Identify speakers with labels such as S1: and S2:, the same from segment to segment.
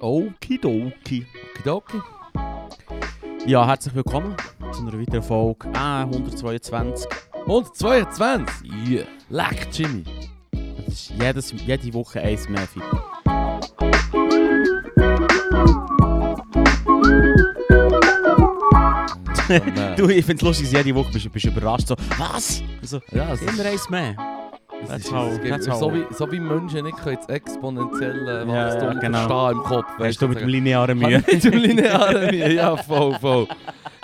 S1: Okidoki. Okidoki. Ja, herzlich willkommen zu einer weiteren Folge äh, 122. 122! Yeah! Leck, Jimmy! Das ist jedes, jede Woche eins mehr Feedback.
S2: Du,
S1: Du, ich finde es lustig, dass jede Woche bist du bist du überrascht. So, was? Also,
S2: ja, es
S1: immer
S2: ist,
S1: eins mehr.
S2: es
S1: that's
S2: ist,
S1: how-
S2: es gibt-
S1: that's how-
S2: so, wie, so wie Menschen nicht können das
S1: Ja,
S2: exponentielle
S1: ja,
S2: Wachstum
S1: genau.
S2: verstehen im Kopf.
S1: Weißt du, mit dem linearen
S2: Mühe?
S1: Mühe.
S2: Mit dem linearen Mühe, ja, voll, voll.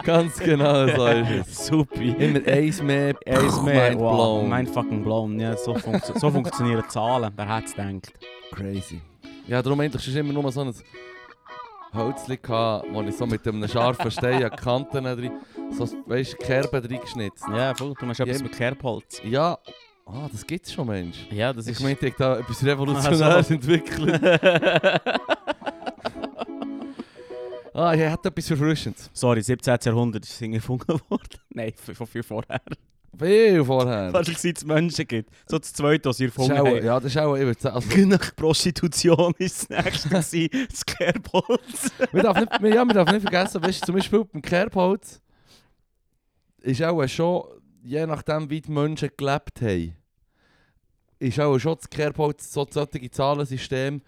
S2: Ganz genau so ist es.
S1: Super.
S2: Immer eins mehr,
S1: Eins mehr.
S2: mind
S1: Wow,
S2: blown.
S1: mein fucking blown. Ja, so, funktio so funktionieren Zahlen. Wer hätte es gedacht?
S2: Crazy. Ja, darum eigentlich ist immer nur so ein Hölzchen gehabt, wo ich so mit einem scharfen Stein an Kanten drin, so, weißt du, Kerben drin geschnitzt.
S1: Ja, voll. Du machst
S2: Ja,
S1: etwas
S2: im-
S1: mit Kerbholz.
S2: Ja, ah, das gibt's schon, Mensch.
S1: Ja, das Ah, ist...
S2: Ich
S1: Also.
S2: meinte, ich hab da etwas Revolutionäres entwickelt. Ah, ich hätte etwas Erfrischendes.
S1: Sorry, 17. Jahrhundert ist Singen erfunden worden. Nein, f- von viel vorher.
S2: Viel vorher.
S1: Was ich gesagt, es Menschen gibt. So das Zweite, was sie
S2: Das ist
S1: erfunden
S2: auch,
S1: haben.
S2: ja, das ist auch, ich würde sagen, also,
S1: Genau, Prostitution ist das nächste gewesen. Das Kerbholz.
S2: wir darf nicht, wir- ja, wir darf nicht vergessen, weißt du, zum Beispiel beim Kerbholz ist auch schon, je nachdem wie die Menschen gelebt haben, ist auch schon das Kerbholz so solche Zahlensystem,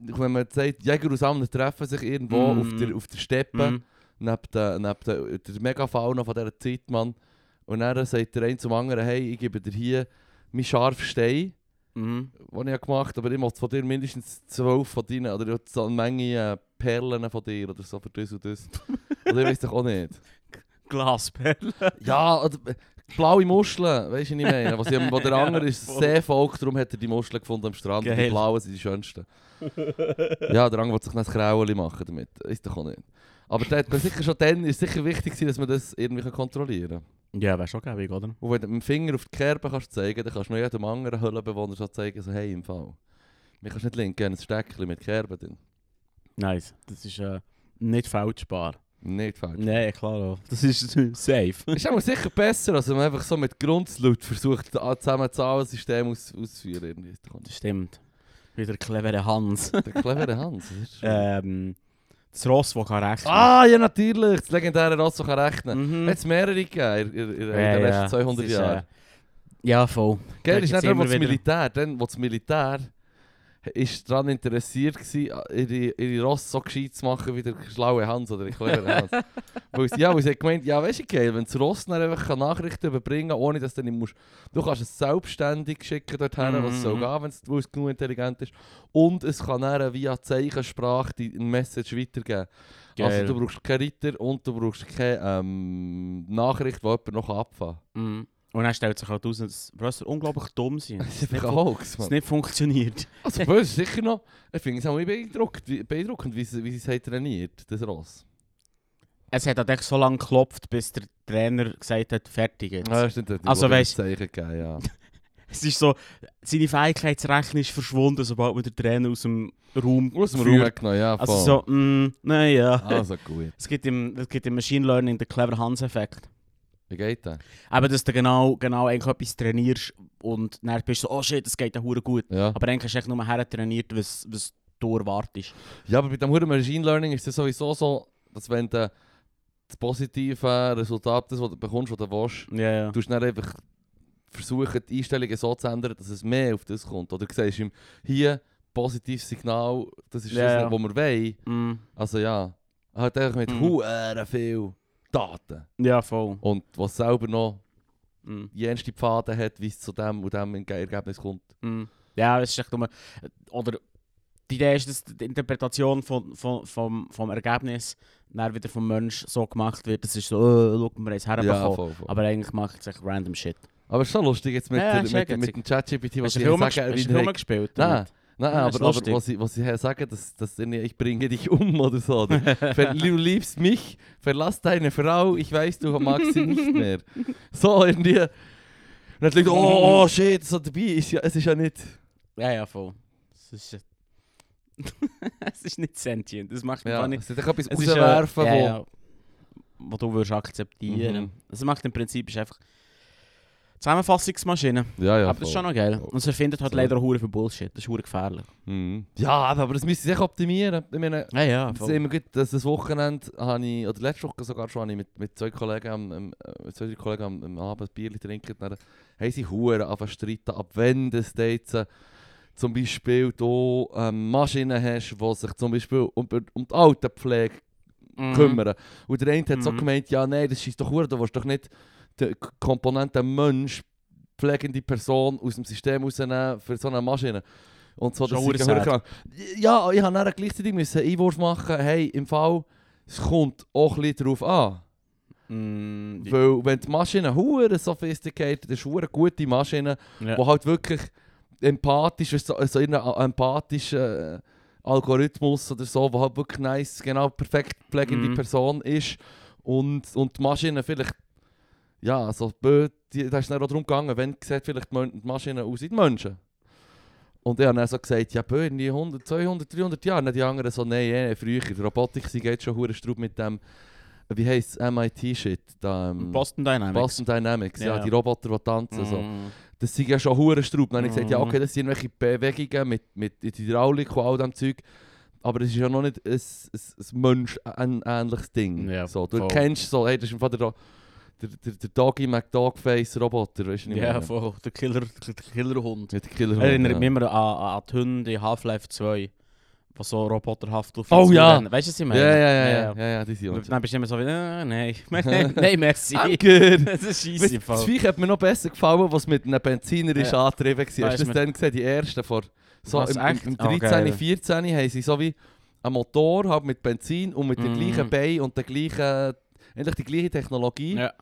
S2: wenn man sagt, Jäger und Sammler treffen sich irgendwo
S1: Mm.
S2: auf, der, auf der Steppe, neben der, neben der, der Megafauna von dieser Zeit, Mann. Und dann sagt der eine zum anderen, hey, ich gebe dir hier meinen scharfen Stein.
S1: Mhm.
S2: die ich habe gemacht habe, aber ich möchte von dir mindestens zwölf von deinen, oder ich will so eine Menge äh, Perlen von dir oder so für das und das. oder ich weiß doch auch nicht.
S1: Glasperle.
S2: Ja, oder, äh, blaue Muscheln, weißt du, was ich meine? Was ich, wo der
S1: Ja,
S2: andere ist
S1: voll.
S2: sehr volk, darum hat er die Muscheln gefunden am Strand. Und
S1: Geil.
S2: die blauen sind die schönsten. ja, der andere wollte sich dann ein Kraueli machen damit, ist doch auch nicht. Aber der hat mir sicher schon dann ist sicher wichtig gewesen, dass man das irgendwie kontrollieren kann.
S1: Ja, wäre schon gäbig, oder?
S2: Und wenn du mit dem Finger auf die Kerbe kannst zeigen, dann kannst du noch jedem anderen Höhlenbewohner so zeigen, so hey, im Fall. Mir kannst nicht linken, ein Steckchen mit Kerben drin.
S1: Nice. Das ist äh, nicht fälschbar.
S2: Nicht falsch.
S1: Nein, klar. auch. Das ist safe.
S2: Ist aber sicher besser, als wenn man einfach so mit Grundslaut versucht, a- zusammen das Zahlensystem aus, auszuführen. irgendwie. Ist doch auch
S1: Das
S2: nicht-
S1: stimmt. Wieder clevere Hans.
S2: Der clevere Hans. das ist schon-
S1: ähm, das Ross, das kann rechnen
S2: Ah, ja natürlich, das legendäre Rosso kann rechnen.
S1: Mhm.
S2: Mhm. Hat es mehrere gegeben in, in, in, in
S1: Ja,
S2: den letzten Also,
S1: ja.
S2: 200
S1: Das ist,
S2: Jahren.
S1: äh, ja, voll.
S2: Gell,
S1: Da
S2: ist
S1: gibt's
S2: nicht nur
S1: immer
S2: das
S1: wieder-
S2: Militär, dann, wo das Militär ist daran interessiert war, ihre, ihre Ross so gescheit zu machen wie der schlaue Hans oder der clevere Hans. weil sie, ja, weil sie hat gemeint, ja weißt du geil, wenn das Ross dann einfach kann Nachrichten überbringen kann, ohne dass du nicht musst. Du kannst es selbstständig schicken dorthin, was es
S1: Mhm,
S2: soll
S1: mhm.
S2: gehen, wenn es- weil es genug intelligent ist. Und es kann dann via Zeichensprache die eine Message weitergeben.
S1: Geil.
S2: Also du brauchst keinen Ritter und du brauchst keine ähm, Nachricht, die jemand noch abfahren
S1: Mhm. Und dann stellt sich halt heraus, dass Rösser unglaublich dumm sind.
S2: kann. Das
S1: Dass es
S2: ist
S1: nicht,
S2: einfach ein
S1: fun-
S2: Hoax,
S1: dass
S2: Mann.
S1: es nicht funktioniert.
S2: Also böse ist sicher noch. Ich finde es auch beeindruckend, wie, beeindruckend, wie sie wie sie es haben trainiert, das Ross.
S1: Es hat halt echt so lange geklopft, bis der Trainer gesagt hat, fertig jetzt.
S2: Ja, stimmt, hat die
S1: Also
S2: Wolle
S1: weisst-
S2: Zeichen gegeben, ja.
S1: Es ist so, seine Fähigkeit zu rechnen ist verschwunden, sobald man den Trainer aus dem Raum
S2: Aus dem Raum
S1: führt.
S2: weggenommen, ja, voll.
S1: Also so, mm, naja.
S2: also gut.
S1: Es gibt, im, es gibt im Machine Learning den Clever Hans-Effekt.
S2: Wie geht das?
S1: Eben, dass du genau, genau eigentlich etwas trainierst und dann bist du so, oh shit, das geht ja hure gut.
S2: Ja.
S1: Aber eigentlich hast du echt nur hertrainiert, was, was du erwartest.
S2: ja, aber bei dem Huren Machine Learning ist es sowieso so, dass wenn du das positive Resultat, das was du bekommst, was du willst,
S1: Ja, ja.
S2: Du musst dann einfach versuchen, die Einstellungen so zu ändern, dass es mehr auf das kommt. Oder du siehst ihm, hier, positives Signal, das ist
S1: Ja,
S2: das,
S1: ja.
S2: was wir wollen.
S1: Mm,
S2: Also ja, er hat einfach mit
S1: Mhm.
S2: huere viel Daten.
S1: ja, voll.
S2: Und was selber noch
S1: Mm,
S2: jenste Pfade hat, wie es zu dem und dem Ergebnis kommt.
S1: mm. Ja, es ist echt nur... Oder die Idee ist, dass die Interpretation von, von, vom, vom Ergebnis dann wieder vom Mensch so gemacht wird, das ist so, oh, schau, wir haben es herbekommen.
S2: voll, voll.
S1: Aber eigentlich macht es echt random shit.
S2: Aber es ist schon lustig jetzt mit,
S1: Ja,
S2: der-
S1: ist
S2: mit,
S1: ja
S2: mit dem ChatGPT, was
S1: Hast
S2: sie
S1: du Filme
S2: sagen,
S1: ges- hast du
S2: wie
S1: Filme
S2: der-
S1: gespielt?
S2: Nein, nein,
S1: Ja, ist
S2: aber, aber
S1: lustig.
S2: was, sie, was sie her sagen, dass, dass ich, ich bringe dich um oder so. Oder? Ver, du liebst mich, verlass deine Frau, ich weiß, du magst sie nicht mehr. So irgendwie. Und dann denkt, oh, oh shit, so dabei ist ja, es ist ja nicht.
S1: Ja, ja, voll. Es ist, äh, es ist nicht sentient. Das macht
S2: Ja,
S1: gar nicht.
S2: es ist etwas
S1: Es ist, äh,
S2: rauswerfen,
S1: ja,
S2: wo.
S1: ja, wo du würdest akzeptieren.
S2: Mhm.
S1: Dus Es macht im Prinzip ist einfach Zusammenfassungsmaschine.
S2: Ja, ja.
S1: aber das ist
S2: voll.
S1: schon noch geil. Und sie findet halt
S2: So.
S1: leider hure für Bullshit. Dus Das ist hure gefährlich.
S2: Mhm. Ja, eben, aber das müssen sie echt optimieren. Ich meine,
S1: Ja, ja.
S2: das, ist immer gut, das, das Wochenende habe ich, oder letzte Woche sogar schon, habe ich mit, mit zwei Kollegen am, am, äh, zwei drei Kollegen am, am Abend ein Bier getrunken. Dann haben sie Huren angefangen zu streiten, ab wenn das jetzt äh, zum Beispiel du ähm, Maschinen hast, die sich zum Beispiel um, um die Altenpflege
S1: Mhm.
S2: kümmern. Und der eine hat so
S1: Mhm.
S2: gemeint, ja nein, das ist doch Huren, du willst doch nicht die K- Komponente Mensch, pflegende Person aus dem System rausnehmen für so eine Maschine. Und so,
S1: Schon
S2: das
S1: hure
S2: ist ja
S1: sad.
S2: hure krank. Ja, ich habe dann gleichzeitig müssen Einwurf machen, hey, im Fall, es kommt auch ein bisschen darauf an.
S1: Mm, die-
S2: Weil wenn die Maschine hure sophisticated ist, hure gute Maschine,
S1: ja.
S2: wo halt wirklich empathisch, so, so in einem empathischen äh, Algorithmus oder so, wo halt wirklich nice, genau perfekt pflegende
S1: Mhm.
S2: Person ist und, und die Maschine vielleicht, ja, so blöd, die- da ist dann auch darum gegangen, wenn sieht vielleicht die Mön- die Maschine aus wie die Menschen. Und ich habe dann so gesagt, ja, bö, in die 100, 200, 300 Jahren. Dann die anderen so, nein, eh, früher, die Robotik, sie geht schon hure Strub mit dem, wie heisst MIT-Shit? da, Ähm,
S1: Boston Dynamics.
S2: Boston Dynamics, ja,
S1: Ja.
S2: die Roboter, die tanzen. So
S1: Mm.
S2: das sind ja schon Hurenstraub. Dann habe ich gesagt, ja
S1: Mhm.
S2: okay, das sind irgendwelche Bewegungen mit, mit Hydraulik und all dem Zeug. Aber es ist ja noch nicht ein, ein, ein menschähnliches Ding.
S1: Ja,
S2: so, du
S1: voll.
S2: kennst so, hey, dus das ist im Fall der, der, der, der Doggy McDogface Roboter, weißt du nicht
S1: Ja,
S2: mehr?
S1: voll. Der Killer, der Killerhund.
S2: Mit der Killer
S1: Erinnert mich immer an, an, an die Hunde in Half-Life 2, die so roboterhaft auf
S2: Oh ja.
S1: Weißt du, was ich
S2: Ja,
S1: meine?
S2: ja, ja, ja, ja, ja, die sind
S1: Und
S2: auch-
S1: Dann bist du immer so wie, äh, nein, nein, nein, merci.
S2: Ah, Danke!
S1: das ist
S2: Weißt
S1: scheisse
S2: du,
S1: im
S2: Das
S1: Fall.
S2: Viech hat mir noch besser gefallen, was mit einem Benziner ist
S1: Ja.
S2: angetrieben war. Hast du
S1: Weißt
S2: das
S1: du-
S2: dann gesehen, Dus die ersten vor so
S1: Was,
S2: im, im,
S1: echt?
S2: im
S1: Ah, geil.
S2: 13, 14 haben sie so wie einen Motor halt mit Benzin und mit der
S1: Mhm.
S2: gleichen Bein und der gleichen, eigentlich die gleiche Technologie.
S1: Ja.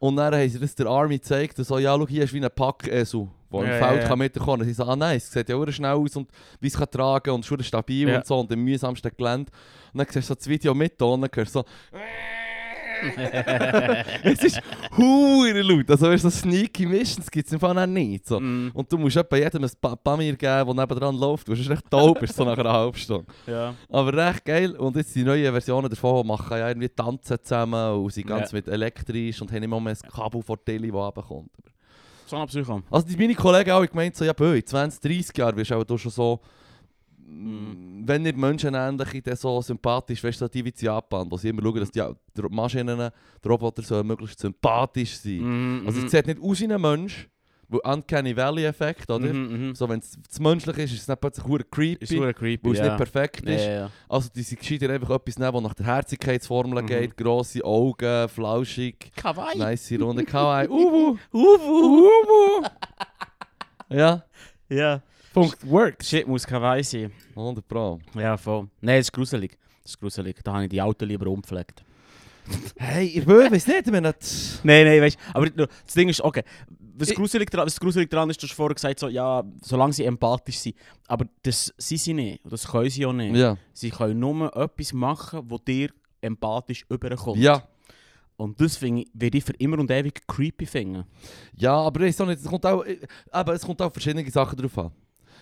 S2: Und dann haben sie das der Army gezeigt und so, ja, schau, hier ist wie ein pack äh, esu der
S1: Ja,
S2: im
S1: ja,
S2: Feld
S1: ja.
S2: kann mitkommen. Sie so, ah nice, sieht ja auch schnell aus und wie es kann tragen und schon stabil
S1: Ja.
S2: und so und im mühsamsten Gelände. Und dann siehst du so das Video mit und dann hörst du so, es ist hure laut. Also weißt du, so sneaky Missions gibt es im Fall auch nicht. So.
S1: Mm,
S2: Und du musst etwa jedem ein Pa- Pamir geben, der nebendran läuft. Du bist recht taub, bist so nach einer halben Stunde.
S1: ja.
S2: Aber recht geil. Und jetzt die neuen Versionen davon machen ja irgendwie tanzen zusammen und sind ganz
S1: Ja.
S2: mit elektrisch und haben immer mehr ein Kabel vor die Tele, das runterkommt.
S1: So ein Psycho.
S2: Also die, meine Kollegen haben auch gemeint, so, ja bö, in 20, 30 Jahren wirst du auch schon so,
S1: Mhm.
S2: wenn nicht menschenähnliche, dann so sympathisch, weißt du, so die wie in Japan, wo sie immer schauen, dass die, die Maschinen, die Roboter sollen möglichst sympathisch sein.
S1: Mhm,
S2: Also
S1: mhm.
S2: es sieht nicht aus wie ein Mensch, weil Uncanny Valley-Effekt, oder?
S1: Mhm, mhm.
S2: So, wenn es zu menschlich ist, ist es nicht plötzlich hure creepy,
S1: Ist super creepy.
S2: weil es
S1: ja.
S2: nicht perfekt
S1: Ja,
S2: ist.
S1: ja, ja.
S2: Also die sind gescheiter einfach etwas nehmen, das nach der Herzigkeitsformel
S1: Mhm.
S2: geht. Grosse Augen, flauschig,
S1: Kawaii.
S2: nice Runde, kawaii, uwu.
S1: Uwu.
S2: Ja,
S1: Ja.
S2: Punkt, works.
S1: Shit muss kawaii sein.
S2: 100 Pro.
S1: Ja, voll. Nein, es ist gruselig. Es ist gruselig. Da habe ich die Autos lieber umpflegt.
S2: Hey, ich weiß nicht, wenn das...
S1: Nein, nein, weißt du. Aber nur, das Ding ist, okay. Was
S2: Ich-
S1: gruselig, dra was gruselig dran ist, du hast vorher gesagt, so, ja, solange sie empathisch sind. Aber das sind sie nicht. Und Das können sie auch nicht.
S2: Ja,
S1: Sie können nur etwas machen, wo dir empathisch überkommt.
S2: ja.
S1: Und das finde ich, werde ich für immer und ewig creepy finden.
S2: Ja, aber ich nicht, es kommt auch... äh, Aber es kommt auch verschiedene Sachen drauf an.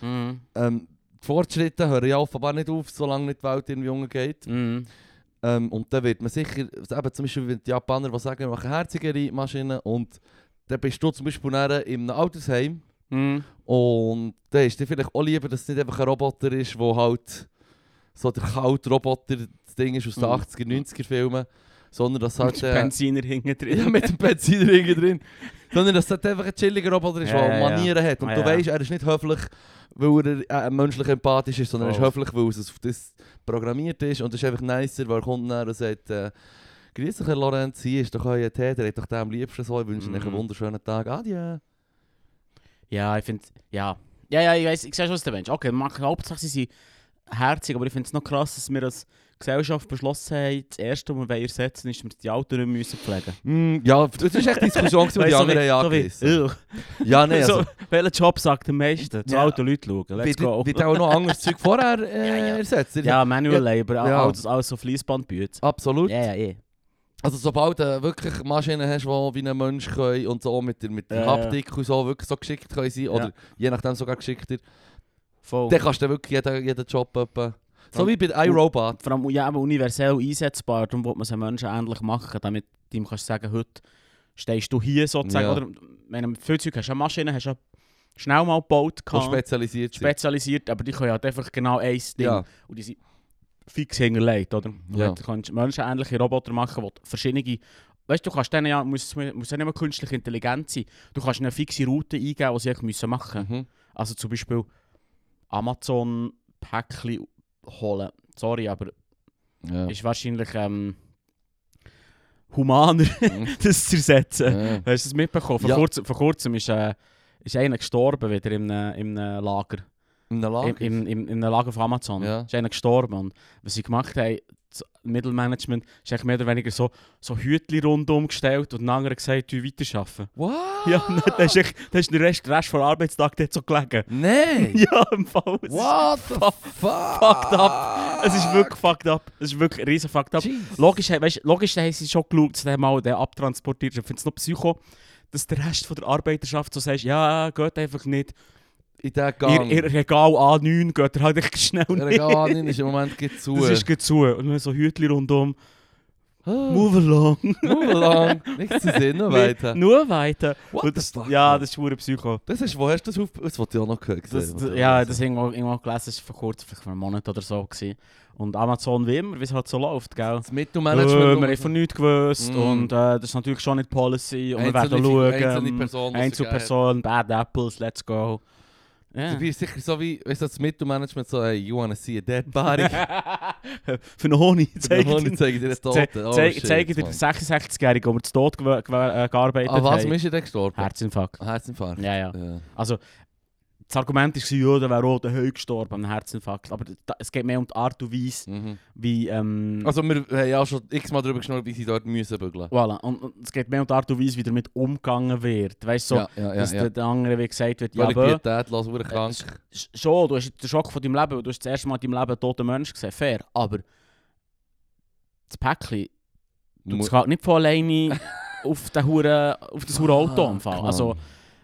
S1: Mhm.
S2: Ähm, die Fortschritte hören ja offenbar nicht auf, solange nicht die Welt irgendwie umgeht.
S1: Mhm.
S2: Ähm, und dann wird man sicher, eben zum Beispiel wenn die Japaner, die sagen, wir machen herzigere Maschinen und dann bist du zum Beispiel dann in einem Altersheim
S1: Mhm.
S2: und dann ist dir vielleicht auch lieber, dass es nicht einfach ein Roboter ist, der halt so der kalte Roboter das Ding ist aus den
S1: Mhm.
S2: 80er, 90er Filmen, sondern dass halt...
S1: eh,
S2: äh,
S1: Benziner hinten drin.
S2: ja, mit dem Benziner drin. Sondern dass das einfach ein chilliger Roboter ist,
S1: Ja,
S2: der
S1: ja, ja.
S2: Manieren hat. Und
S1: Ja,
S2: du
S1: ja.
S2: weißt, er ist nicht höflich, weil er äh, menschlich empathisch ist, sondern er ist
S1: Voll.
S2: höflich, weil es auf das programmiert ist. Und es ist einfach nicer, weil er kommt dann und sagt, äh, «Grüß dich, Herr Lorenz, hier ist doch euer Tee, der hat doch den am liebsten so, ich wünsche euch einen
S1: Mhm.
S2: wunderschönen Tag, adieu.»
S1: Ja, ich finde. Ja. Ja, ja, ich weiß, ich sehe schon, was der Mensch. Okay, mag, hauptsächlich sie sind herzig, aber ich finde es noch krass, dass wir als Gesellschaft beschlossen haben, das erste, was wir wollen ersetzen ist, dass wir die Autos nicht mehr müssen pflegen
S2: Mm, ja, das war echt die Diskussion, die die
S1: Weißt du,
S2: anderen haben
S1: so wie- so wie-
S2: angerissen.
S1: ugh.
S2: Ja, nein, also...
S1: so, welcher Job sagt am meisten? Zu
S2: Ja.
S1: alten Leuten schauen, let's
S2: Wird,
S1: go.
S2: wird auch noch anderes Zeug vorher äh,
S1: Ja, ja.
S2: ersetzt.
S1: Ja, Manual Labor,
S2: Ja.
S1: alles, alles so Fließbandbüte.
S2: Absolut.
S1: Ja, ja, ja.
S2: Also sobald du wirklich Maschinen hast, die wie ein Mensch können und so mit der, mit der
S1: Ja, ja.
S2: Haptik und so wirklich so geschickt können sein oder je nachdem sogar geschickter,
S1: Voll.
S2: dann kannst du wirklich jeden, jeden Job etwa...
S1: Ja.
S2: So wie bei iRobot.
S1: Vor allem ja, aber universell einsetzbar, darum wollte man es einem Menschen ähnlich machen, damit du ihm kannst sagen, heute stehst du hier sozusagen.
S2: Ja.
S1: Oder, ich meine, viel Zeug hast du ja Maschinen, hast du ja schnell mal gebaut,
S2: Und
S1: gehabt,
S2: spezialisiert sind.
S1: spezialisiert, aber die können halt einfach genau ein Ding.
S2: Ja,
S1: Und die sind fix hinterlegt, oder? Du
S2: Ja.
S1: ja. kannst menschenähnliche Roboter machen, die verschiedene... Weißt du, du kannst denen ja, muss, muss ja nicht mehr künstliche Intelligenz sein. Du kannst ihnen eine fixe Route eingeben, die sie eigentlich müssen machen müssen.
S2: mhm.
S1: Also zum Beispiel Amazon-Päckchen holen. Sorry, aber
S2: ja.
S1: ist wahrscheinlich ähm, humaner, Dus das zu ersetzen.
S2: Mhm. ja.
S1: Hast du das mitbekommen? Vor,
S2: Ja.
S1: kurzem, vor kurzem ist, äh, ist einer gestorben wieder in einem, in einem Lager.
S2: In der Lage.
S1: Im, im, im, in einem Lager von Amazon.
S2: Ah, Ja.
S1: Ist einer gestorben. Und was sie gemacht haben, das Mittelmanagement, ist eigentlich mehr oder weniger so, so Hütchen rundum gestellt und den anderen gesagt, du weiterarbeiten.
S2: What?
S1: Ja, und dann ist, echt, dann ist der Rest, der Rest vom Arbeitstag dort so gelegen.
S2: Nein!
S1: Ja, im Fall. Es ist-
S2: What the fuck?
S1: fucked up. Es ist wirklich fucked up. Es ist wirklich riesen fucked up.
S2: Jesus.
S1: Logisch, he- weisst, logisch haben sie schon geschaut, dass der mal den abtransportiert ist. Ich finde es noch psycho, dass der Rest von der Arbeiterschaft so sagt, ja, geht einfach nicht.
S2: In diesen
S1: Ihr,
S2: Gang.
S1: ihr Regal A9 geht er halt echt schnell
S2: Der
S1: nicht.
S2: Gang ist im Moment geht zu.
S1: Das ist gerade zu. Und dann so Hütchen rundum. Move
S2: Move
S1: along.
S2: Ah, along. Nichts zu sehen, nur weiter. Dus
S1: Nur weiter.
S2: What
S1: Und
S2: the
S1: das,
S2: fuck,
S1: ja,
S2: man?
S1: das ist hure psycho.
S2: Das ist, wo hast du das auf... Das wollte ich auch noch hören.
S1: Das, das,
S2: eh,
S1: ja, das irgendwo, irgendwo gelesen, das war vor kurzem, vielleicht vor einem Monat oder so. Gewesen. Und Amazon wie immer, wie es halt so läuft, gell?
S2: Das
S1: Management
S2: Mittelmanagement...
S1: wir haben von nichts gewusst
S2: Mm.
S1: und äh, das ist natürlich schon nicht die Policy und wir werden
S2: Einzelne-
S1: schauen.
S2: einzelne
S1: ähm,
S2: Personen, das
S1: Einzelperson, Bad Apples, let's go. Ja.
S2: Du bist sicher so wie... Weißt du, das Mittelmanagement so... Hey, eh, you wanna see a dead body?
S1: Für einen Honig, zeig
S2: Zeig,
S1: dir-
S2: zeig dir den
S1: ze-
S2: Toten. Oh,
S1: zeig
S2: shit,
S1: zeig dir den
S2: Mann.
S1: 66-Jährigen, der zu Tod gewe- gewe- äh, gearbeitet
S2: An was
S1: hat.
S2: bist du denn gestorben?
S1: Herzinfarkt.
S2: An Herzinfarkt.
S1: Ja, ja.
S2: Ja.
S1: Also, das Argument war, ja, der wäre auch der Heu gestorben, an einem Herzinfarkt. Aber da, es geht mehr um die Art und Weise,
S2: Mhm.
S1: wie... Ähm,
S2: Also wir haben ja schon x-mal darüber geschnurrt, wie sie dort müssen bügeln.
S1: voilà. und, und es geht mehr um die Art und Weise, wie damit umgegangen wird. Weißt du, so,
S2: ja, ja, ja.
S1: dass
S2: ja.
S1: der- der andere wie gesagt wird, ja,
S2: Völlig
S1: aber...
S2: Pietät, lass wurde krank.
S1: Sch- Schon, du hast jetzt den Schock von deinem Leben, weil du hast das erste Mal in deinem Leben einen toten Menschen gesehen, fair. Aber das Päckchen,
S2: Mu-
S1: das geht nicht von alleine auf, den Huren, auf das hure Auto
S2: Ah,
S1: umfallen.
S2: Mann.
S1: Also,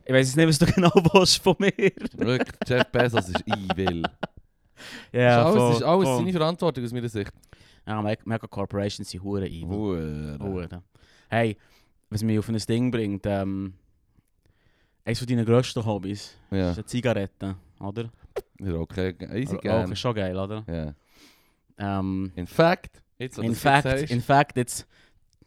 S1: ich weiß jetzt nicht, was du genau willst von mir.
S2: Wirklich, Jeff Bezos ist evil.
S1: Ja,
S2: ist
S1: voll,
S2: alles, ist alles
S1: voll.
S2: seine Verantwortung aus meiner Sicht.
S1: Ja, Meg- Mega Corporations sind hure evil.
S2: Hure.
S1: Hure. Hey, was mich auf ein Ding bringt, ähm, eines von deinen grössten Hobbys
S2: Ja,
S1: ist eine Zigarette, oder?
S2: ja okay, easy
S1: Rauchen
S2: gerne.
S1: ist schon geil, oder?
S2: Ja.
S1: Ähm,
S2: In fact, jetzt, wo du
S1: In
S2: das
S1: fact,
S2: jetzt
S1: in
S2: sagst.
S1: fact, jetzt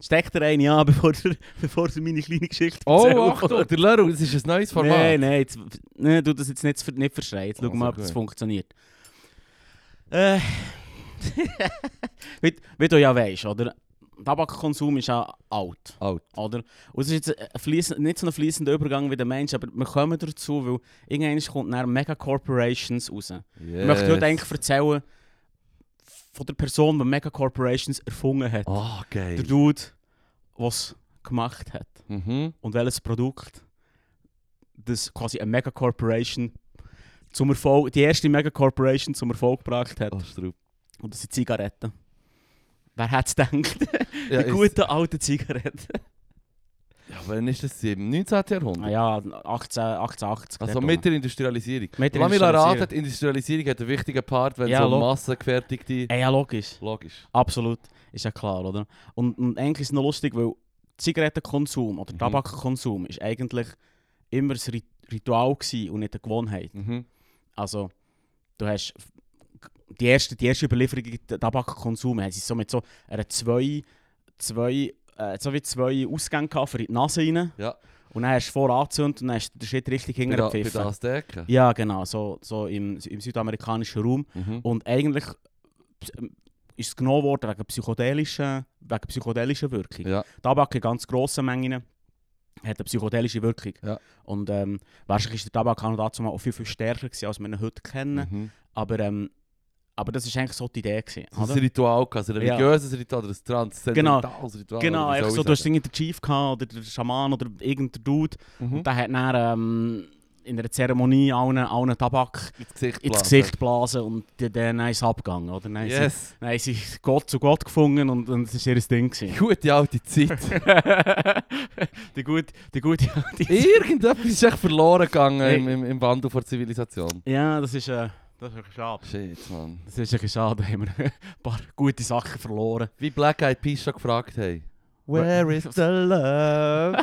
S1: steckt er einen an, bevor er, bevor er meine kleine Geschichte
S2: Oh,
S1: erzählt.
S2: Achtung, der Lörl, das ist ein neues Format.
S1: Nein, nein, jetzt, nee, du das jetzt nicht, ver- nicht verschreien. Jetzt schau
S2: Also
S1: mal, ob das
S2: gut.
S1: funktioniert. Äh, wie, wie du ja weißt, oder? Tabakkonsum ist ja alt,
S2: Alt.
S1: oder? Und es ist jetzt ein fliessen- nicht so ein fließender Übergang wie der Mensch, aber wir kommen dazu, weil irgendwann kommt nach Mega Corporations raus. Ich möchte heute eigentlich erzählen von der Person, die Mega Corporations erfunden hat.
S2: Oh,
S1: der
S2: geil.
S1: Dude, was gemacht hat
S2: Mhm.
S1: und welches Produkt das quasi eine Mega Corporation zum Erfolg, die erste Mega Corporation zum Erfolg gebracht hat.
S2: Oh, Strupp.
S1: Und das sind Zigaretten. Wer hätte es gedacht?
S2: Ja,
S1: die
S2: ist-
S1: guten alten Zigaretten.
S2: Ja, wann ist das? Im 19. Jahrhundert?
S1: Ah ja, 18, 1880.
S2: Also
S1: dort
S2: mit
S1: rum.
S2: der Industrialisierung.
S1: Mit der
S2: Lass mich
S1: Industrialisierung.
S2: raten, die Industrialisierung hat einen wichtigen Part, wenn
S1: Ja,
S2: so
S1: lo-
S2: massengefertigte...
S1: Ey, ja, logisch.
S2: Logisch.
S1: Absolut. Ist ja klar, oder? Und, und eigentlich ist es noch lustig, weil Zigarettenkonsum oder
S2: Mhm.
S1: Tabakkonsum ist eigentlich immer ein Rit- Ritual gewesen und nicht eine Gewohnheit.
S2: Mhm.
S1: Also, du hast die erste, die erste Überlieferung der Tabakkonsum, haben sie so mit so einer zwei, zwei, äh, so wie zwei Ausgänge gehabt für die Nase rein.
S2: Ja.
S1: Und dann hast du vorher angezündet und dann hast du den Schritt richtig
S2: Bei der, bei
S1: hingepfiffen.
S2: den Azteken.
S1: Ja, genau, so, so im, im südamerikanischen Raum.
S2: Mhm.
S1: Und eigentlich ähm, ist es genommen worden wegen psychedelischen, wegen psychedelischen Wirkung.
S2: Ja.
S1: Tabak in ganz grossen Mengen hat eine psychedelische Wirkung.
S2: Ja.
S1: Und ähm, wahrscheinlich ist der Tabak auch noch dazu mal auch viel, viel stärker gewesen, als wir ihn heute kennen.
S2: Mhm.
S1: Aber, ähm, aber das war eigentlich so die Idee. Gewesen,
S2: Das ist
S1: oder?
S2: ein Ritual, gehabt, also ein
S1: Ja.
S2: religiöses Ritual oder ein transzendentales Ritual.
S1: Genau,
S2: oder wie
S1: eigentlich so,
S2: soll
S1: du
S2: ich
S1: hast irgendwie den Chief gehabt, oder den Schaman oder irgendeinen Dude.
S2: sagen? Mhm.
S1: Und der hat dann ähm, in einer Zeremonie allen, allen Tabak
S2: ins Gesicht
S1: ins
S2: blasen.
S1: Gesicht blasen und dann- dann ist es abgegangen. Oder? Dann haben sie-
S2: Yes.
S1: dann haben sie Gott zu Gott gefunden und, und das war ihr Ding. Gewesen.
S2: Gute alte Zeit.
S1: die gute, die gute alte
S2: Irgendetwas ist echt verloren gegangen
S1: Hey.
S2: im, im, im Wandel vor Zivilisation.
S1: Ja, das ist, äh, das ist ein bisschen schade.
S2: Shit, Mann.
S1: Das ist ein bisschen schade, da haben wir ein paar gute Sachen verloren.
S2: Wie Black Eyed Peas schon gefragt haben. Where is the love?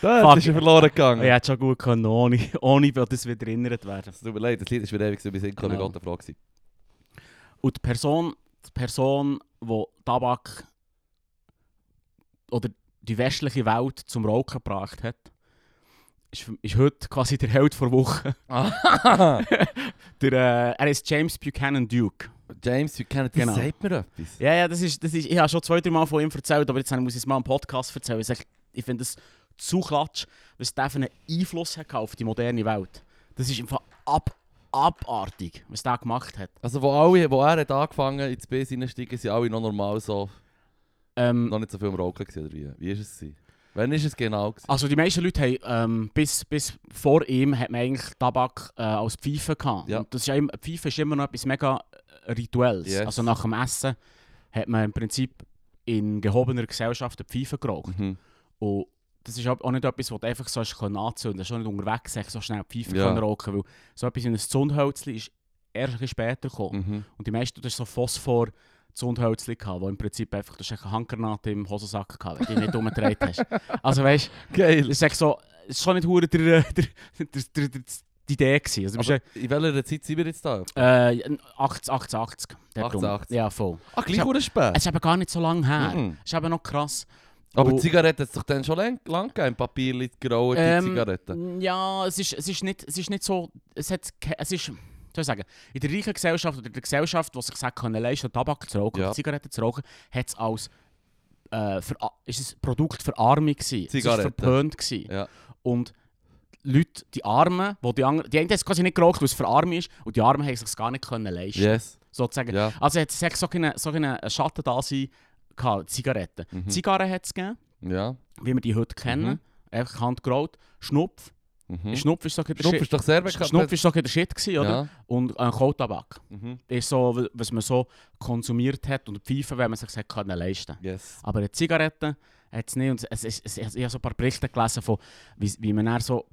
S1: Fuck.
S2: das ist ein verloren gegangen.
S1: Ich hätte schon gut können, ohne, ohne dass wir erinnert werden.
S2: Es tut mir leid, das Lied ist wieder ewig so bis hinten,
S1: Genau.
S2: genau. ich Frage gewesen.
S1: Und die Person, die Person, die Tabak oder die westliche Welt zum Rauchen gebracht hat, ist, für- ist heute quasi der Held vor Woche. Der, äh, er ist James Buchanan Duke.
S2: James, you can't,
S1: Genau.
S2: genau. sagt mir etwas.
S1: Ja, ja, das ist, das ist, ich habe schon zwei, drei Mal von ihm erzählt, aber jetzt muss ich es mal im Podcast erzählen. Ich, sag, ich finde es zu klatsch, was der für einen Einfluss hat auf die moderne Welt. Das ist einfach ab, abartig, was der gemacht hat.
S2: Also wo, alle, wo er hat angefangen ins Base reinsteigen, sind alle noch normal so,
S1: Ähm,
S2: noch nicht so viel am Rauchen gewesen, oder wie? Wie ist es gewesen? Wann ist es genau gewesen?
S1: Also die meisten Leute haben, ähm, bis, bis vor ihm hat man eigentlich Tabak äh, als Pfeife gehabt.
S2: Ja.
S1: Und das ist ja, immer- Pfeife ist immer noch etwas mega äh, Rituelles.
S2: Yes.
S1: Also nach dem Essen hat man im Prinzip in gehobener Gesellschaft eine Pfeife geraucht.
S2: Mhm.
S1: Und das ist auch auch nicht etwas, was du einfach so hast können anzünden kannst. Du hast auch nicht unterwegs hast, so schnell die Pfeife
S2: Ja.
S1: können rauchen Weil so etwas wie ein Zündhölzchen ist erst ein bisschen später gekommen.
S2: Mhm.
S1: Und die meisten hatten so Phosphor Zündhölzchen, gehabt, wo im Prinzip einfach du hast eine Handgranate im Hosensack gehabt, wenn du dich nicht umgedreht hast. Also weißt
S2: Geil!
S1: das ist echt so, es ist schon nicht hure der, der, der, der, der, die Idee gewesen. Also, du bist
S2: Aber in welcher Zeit sind wir jetzt da?
S1: ja, äh, 80, 80, 80. dort rum.
S2: 88.
S1: Ja, voll.
S2: Ah,
S1: Ich
S2: gleich
S1: hab-
S2: wurde spät.
S1: Es ist eben gar nicht so lange her.
S2: Mhm.
S1: Es ist eben noch krass.
S2: Aber
S1: Oh.
S2: die Zigarette hat es doch dann schon lang, lang gegeben, im Papier liegt graue
S1: Ähm,
S2: Zigarette.
S1: Ja, es ist, es ist, nicht, es ist nicht so, es hat, ke- es ist, wie soll ich sagen, in der reichen Gesellschaft oder der Gesellschaft, die sich sagt, können leisten, Tabak zu rauchen
S2: Ja.
S1: oder Zigaretten zu rauchen, hat es als äh, für, ist es ein Produkt für Arme gewesen. Es
S2: Zigaretten.
S1: ist verpönt gewesen.
S2: Ja.
S1: Und Leute, die Armen, wo die anderen, die einen haben es quasi nicht geraucht, weil es für Arme ist, und die Armen haben es sich gar nicht können leisten
S2: Yes.
S1: sozusagen.
S2: Ja.
S1: Also hat es echt so einen so einen Schatten da sein, gehabt, Zigaretten.
S2: Mhm.
S1: Zigarren hat es gegeben,
S2: Ja.
S1: wie wir die heute kennen,
S2: Mhm.
S1: einfach handgeraut. Schnupf,
S2: Mhm.
S1: Schnupf ist so ein bisschen der
S2: Schnupf
S1: Shit.
S2: ist doch sehr bekannt.
S1: Schnupf ist so ein bisschen der Shit gewesen, oder?
S2: Ja.
S1: Und ein Kautabak
S2: Mhm.
S1: ist so, w- was man so konsumiert hat und Pfeifen, wenn man sich hat können leisten.
S2: Yes.
S1: Aber eine Zigarette hat es nicht. Und es, es, es, es, ich habe so ein paar Berichte gelesen, von, wie, wie man dann so,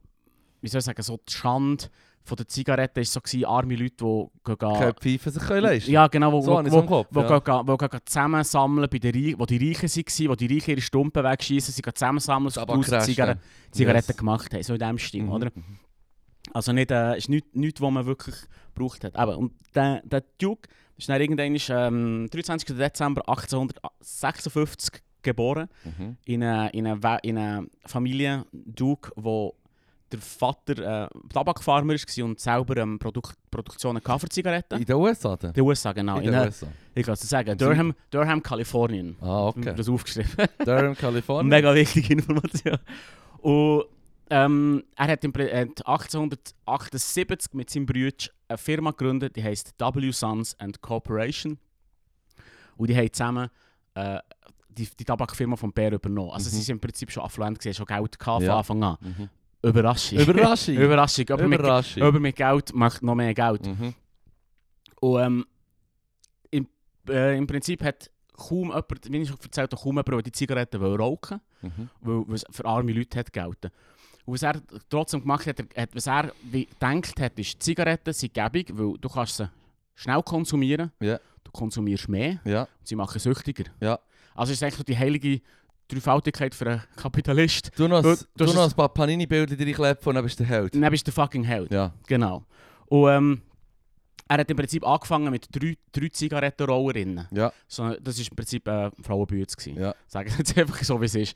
S1: wie soll ich sagen, so die Schande von der Zigarette ist so gewesen, arme Leute, die gehen,
S2: Keine Pfeife sich können leisten.
S1: Ah. ja, genau, wo,
S2: So
S1: wo,
S2: habe ich es im
S1: wo,
S2: Kopf.
S1: wo,
S2: ja.
S1: gehen, wo gehen zusammensammeln, bei den Reichen, wo die Reichen waren, wo die Reichen ihre Stumpen wegschießen, sie gehen zusammensammeln, so
S2: Tabak
S1: Zigaretten,
S2: Zigaretten.
S1: Zigaretten
S2: Yes.
S1: gemacht haben, so in dem Stil,
S2: Mhm.
S1: oder? Also nicht, äh, ist nichts, nicht, was man wirklich gebraucht hat. Eben, und der, der Duke ist dann irgendwann ähm, 23. Dezember 1856 geboren
S2: Mhm.
S1: in einer in eine, in eine Familie Duke, wo der Vater äh, Tabakfarmer war und selber ähm, Produk Produktion hatte für Zigaretten.
S2: In den USA dann?
S1: In den USA, genau.
S2: In
S1: In
S2: den
S1: einer-
S2: USA.
S1: ich kann es dir sagen,
S2: Im
S1: Durham, Durham, Kalifornien.
S2: Ah,
S1: Ich habe
S2: okay.
S1: das aufgeschrieben.
S2: Durham, Kalifornien.
S1: Mega wichtige Information. Und ähm, er hat im Pri- äh, 1878 mit seinem Bruder eine Firma gegründet, die heißt W Sons and Corporation. Und die haben zusammen äh, die, die Tabakfirma von Bär übernommen. Also
S2: Mhm.
S1: sie sind im Prinzip schon affluent, gewesen, schon Geld gehabt
S2: Ja.
S1: von Anfang an.
S2: Mhm.
S1: Überraschung.
S2: Überraschung.
S1: Überraschung. Aber mit,
S2: Überraschung.
S1: aber mit Geld macht noch mehr Geld.
S2: Mhm.
S1: Und ähm, im, äh, im Prinzip hat kaum jemand, wie ich schon erzählt habe, kaum jemand, der die Zigaretten will rauchen
S2: Mhm.
S1: weil weil es für arme Leute hat gelten. Und was er trotzdem gemacht hat, er- hat was er wie gedacht hat, ist, Zigaretten sind gäbig, weil du kannst sie schnell konsumieren,
S2: Ja.
S1: du konsumierst mehr
S2: Ja.
S1: und sie machen süchtiger.
S2: Ja.
S1: Also es ist eigentlich so die heilige Dreifaltigkeit für einen Kapitalist.
S2: Du noch,
S1: Du-
S2: du,
S1: du hast
S2: noch ein paar Panini-Bilder in deine Kleppe und dann bist du der Held.
S1: Dann bist du der fucking Held.
S2: Ja.
S1: Genau. Und ähm, er hat im Prinzip angefangen mit drei, drei Zigarettenrollerinnen.
S2: Ja.
S1: So, das war im Prinzip äh, Frauenbüte.
S2: Ja.
S1: Sagen wir jetzt einfach so, wie es ist.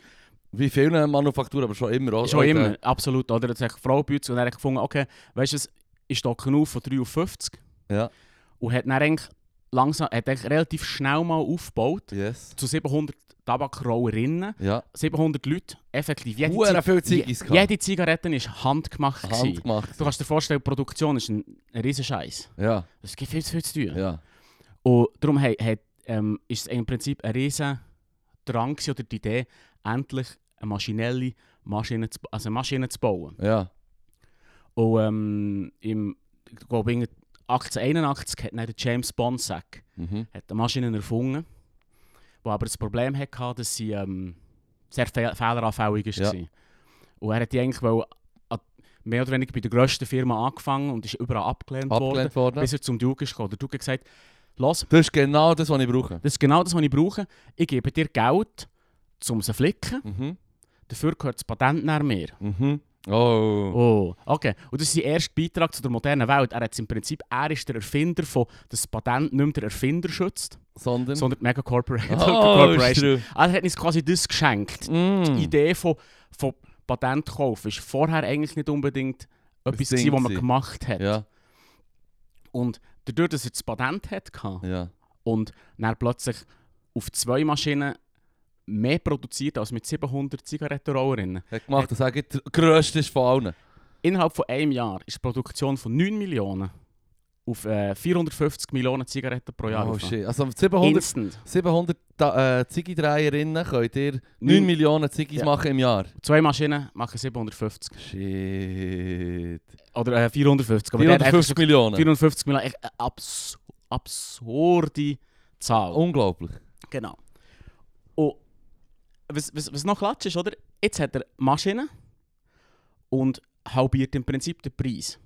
S2: Wie viele Manufakturen, aber schon immer. auch-
S1: Schon
S2: auch in
S1: immer,
S2: der-
S1: absolut. Oder? Jetzt habe ich Frau gebüzt und dann habe ich gefunden, okay, weißt du, was, ich stocke auf von 3 auf 50
S2: Ja.
S1: und hat dann eigentlich langsam, hat eigentlich relativ schnell mal aufgebaut
S2: Yes.
S1: zu 700 Tabakrauerinnen,
S2: Ja.
S1: 700 Leute, effektiv. Jede,
S2: Huere
S1: Zig-
S2: viel Ziggis
S1: je-
S2: gehabt.
S1: jede Zigarette war handgemacht. gewesen.
S2: Handgemacht.
S1: Du kannst dir vorstellen, die Produktion ist ein, ein Riesenscheiß.
S2: Ja.
S1: Es gibt viel zu viel zu tun.
S2: Ja.
S1: Und darum hat, hat, ähm, ist es im Prinzip ein riesen Drang gewesen oder die Idee, endlich eine maschinelle Maschine zu, also eine Maschine zu bauen.
S2: Ja.
S1: Und ähm, im, ich glaube, irgendwie 1881 hat dann der James Bonsack
S2: Mhm.
S1: hat eine Maschine erfunden, die aber das Problem hatte, dass sie ähm, sehr fe fehleranfällig war. Und er hat Oh, die eigentlich wohl an- mehr oder weniger bei der grössten Firma angefangen und ist überall abgelehnt, worden,
S2: Abgelehnt worden.
S1: bis er zum Duke ist gekommen. Der Duke hat gesagt, Los,
S2: Das ist genau das, was ich brauche.
S1: das ist genau das, was ich brauche. Ich gebe dir Geld, um sie zu flicken.
S2: Mhm.
S1: Dafür gehört das Patent nach mir.
S2: Mhm.
S1: Oh,
S2: Oh.
S1: okay. Und das ist sein erster Beitrag zu der modernen Welt. Er hat im Prinzip, er ist der Erfinder von, dass das Patent nicht mehr der Erfinder schützt,
S2: Sondern.
S1: sondern die Mega Corporation.
S2: Oh, ist true.
S1: Er hat uns quasi das geschenkt. Die
S2: Mm.
S1: Idee von, von Patentkauf ist vorher eigentlich nicht unbedingt etwas,
S2: Ding
S1: gewesen, was man
S2: gewesen.
S1: gemacht hat.
S2: Ja,
S1: Und dadurch, dass er das Patent hatte,
S2: ja.
S1: und dann plötzlich auf zwei Maschinen mehr produziert als mit 700 Zigarettenrollerinnen.
S2: Hat gemacht, dass er gleich der grösste ist von allen.
S1: Innerhalb von einem Jahr ist die Produktion von 9 Millionen auf äh, 450 Millionen Zigaretten pro Jahr.
S2: oh
S1: hoch.
S2: shit. Also mit 700,
S1: Instant.
S2: 700 Ta- äh, Zigidreierinnen könnt ihr 9
S1: Neun-
S2: Millionen Ziggis
S1: Ja.
S2: machen im Jahr.
S1: Zwei Maschinen machen 750.
S2: Shit.
S1: Oder äh, 450. Aber der hat einfach
S2: 450 Millionen.
S1: 450 Millionen. Echt eine abs absurde Zahl.
S2: Unglaublich.
S1: Genau. Und was, was, was noch klatsch ist, oder? Jetzt hat er Maschinen und halbiert im Prinzip den Preis.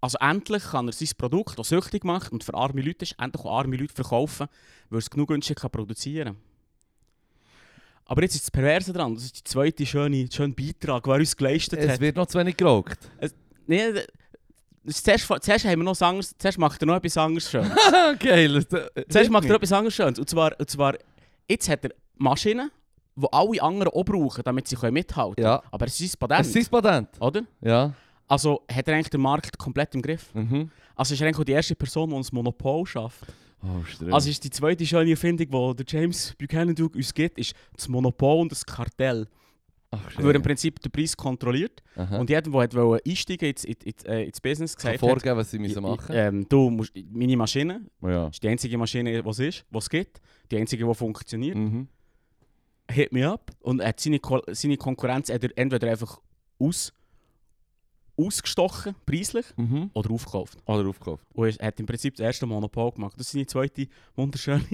S1: Also endlich kann er sein Produkt, das süchtig macht und für arme Leute ist, endlich auch arme Leute verkaufen, weil er es genug günstig kann produzieren Aber jetzt ist das Perverse dran, das ist der zweite schöne, schöne Beitrag, den er uns geleistet
S2: Es
S1: hat.
S2: wird noch zu wenig geraucht.
S1: Nee, das ist zuerst, zuerst, haben wir noch was anderes, zuerst macht er noch etwas anderes schön.
S2: Ah, Geil. äh,
S1: Zuerst macht er etwas anderes Schönes. Und zwar, und zwar jetzt hat er Maschinen, die alle anderen auch brauchen, damit sie können mithalten können.
S2: Ja.
S1: Aber es ist sein
S2: Es
S1: Patent,
S2: ist sein Patent.
S1: oder?
S2: Ja.
S1: Also hat er eigentlich den Markt komplett im Griff.
S2: Mhm.
S1: Also ist er eigentlich auch die erste Person, die uns Monopol schafft.
S2: Oh, streng.
S1: Also ist die zweite schöne Erfindung, die der James Buchanan Duke uns gibt, ist das Monopol und das Kartell.
S2: Ach,
S1: Wo im Prinzip der Preis kontrolliert.
S2: Aha.
S1: Und jeder, der hat wollte einsteigen ins, in, in, äh, ins Business,
S2: kann
S1: gesagt hat,
S2: vorgeben, was sie müssen machen
S1: ähm, du musst meine Maschine,
S2: Ja.
S1: das ist die einzige Maschine, die es ist, die es gibt, die einzige, die funktioniert.
S2: Mhm.
S1: hit me up und er hat seine, Ko seine Konkurrenz hat er entweder einfach aus, ausgestochen, preislich,
S2: Mhm.
S1: oder aufgekauft.
S2: Oder aufgekauft.
S1: Und er hat im Prinzip das erste Monopol gemacht. Das ist seine zweite wunderschöne.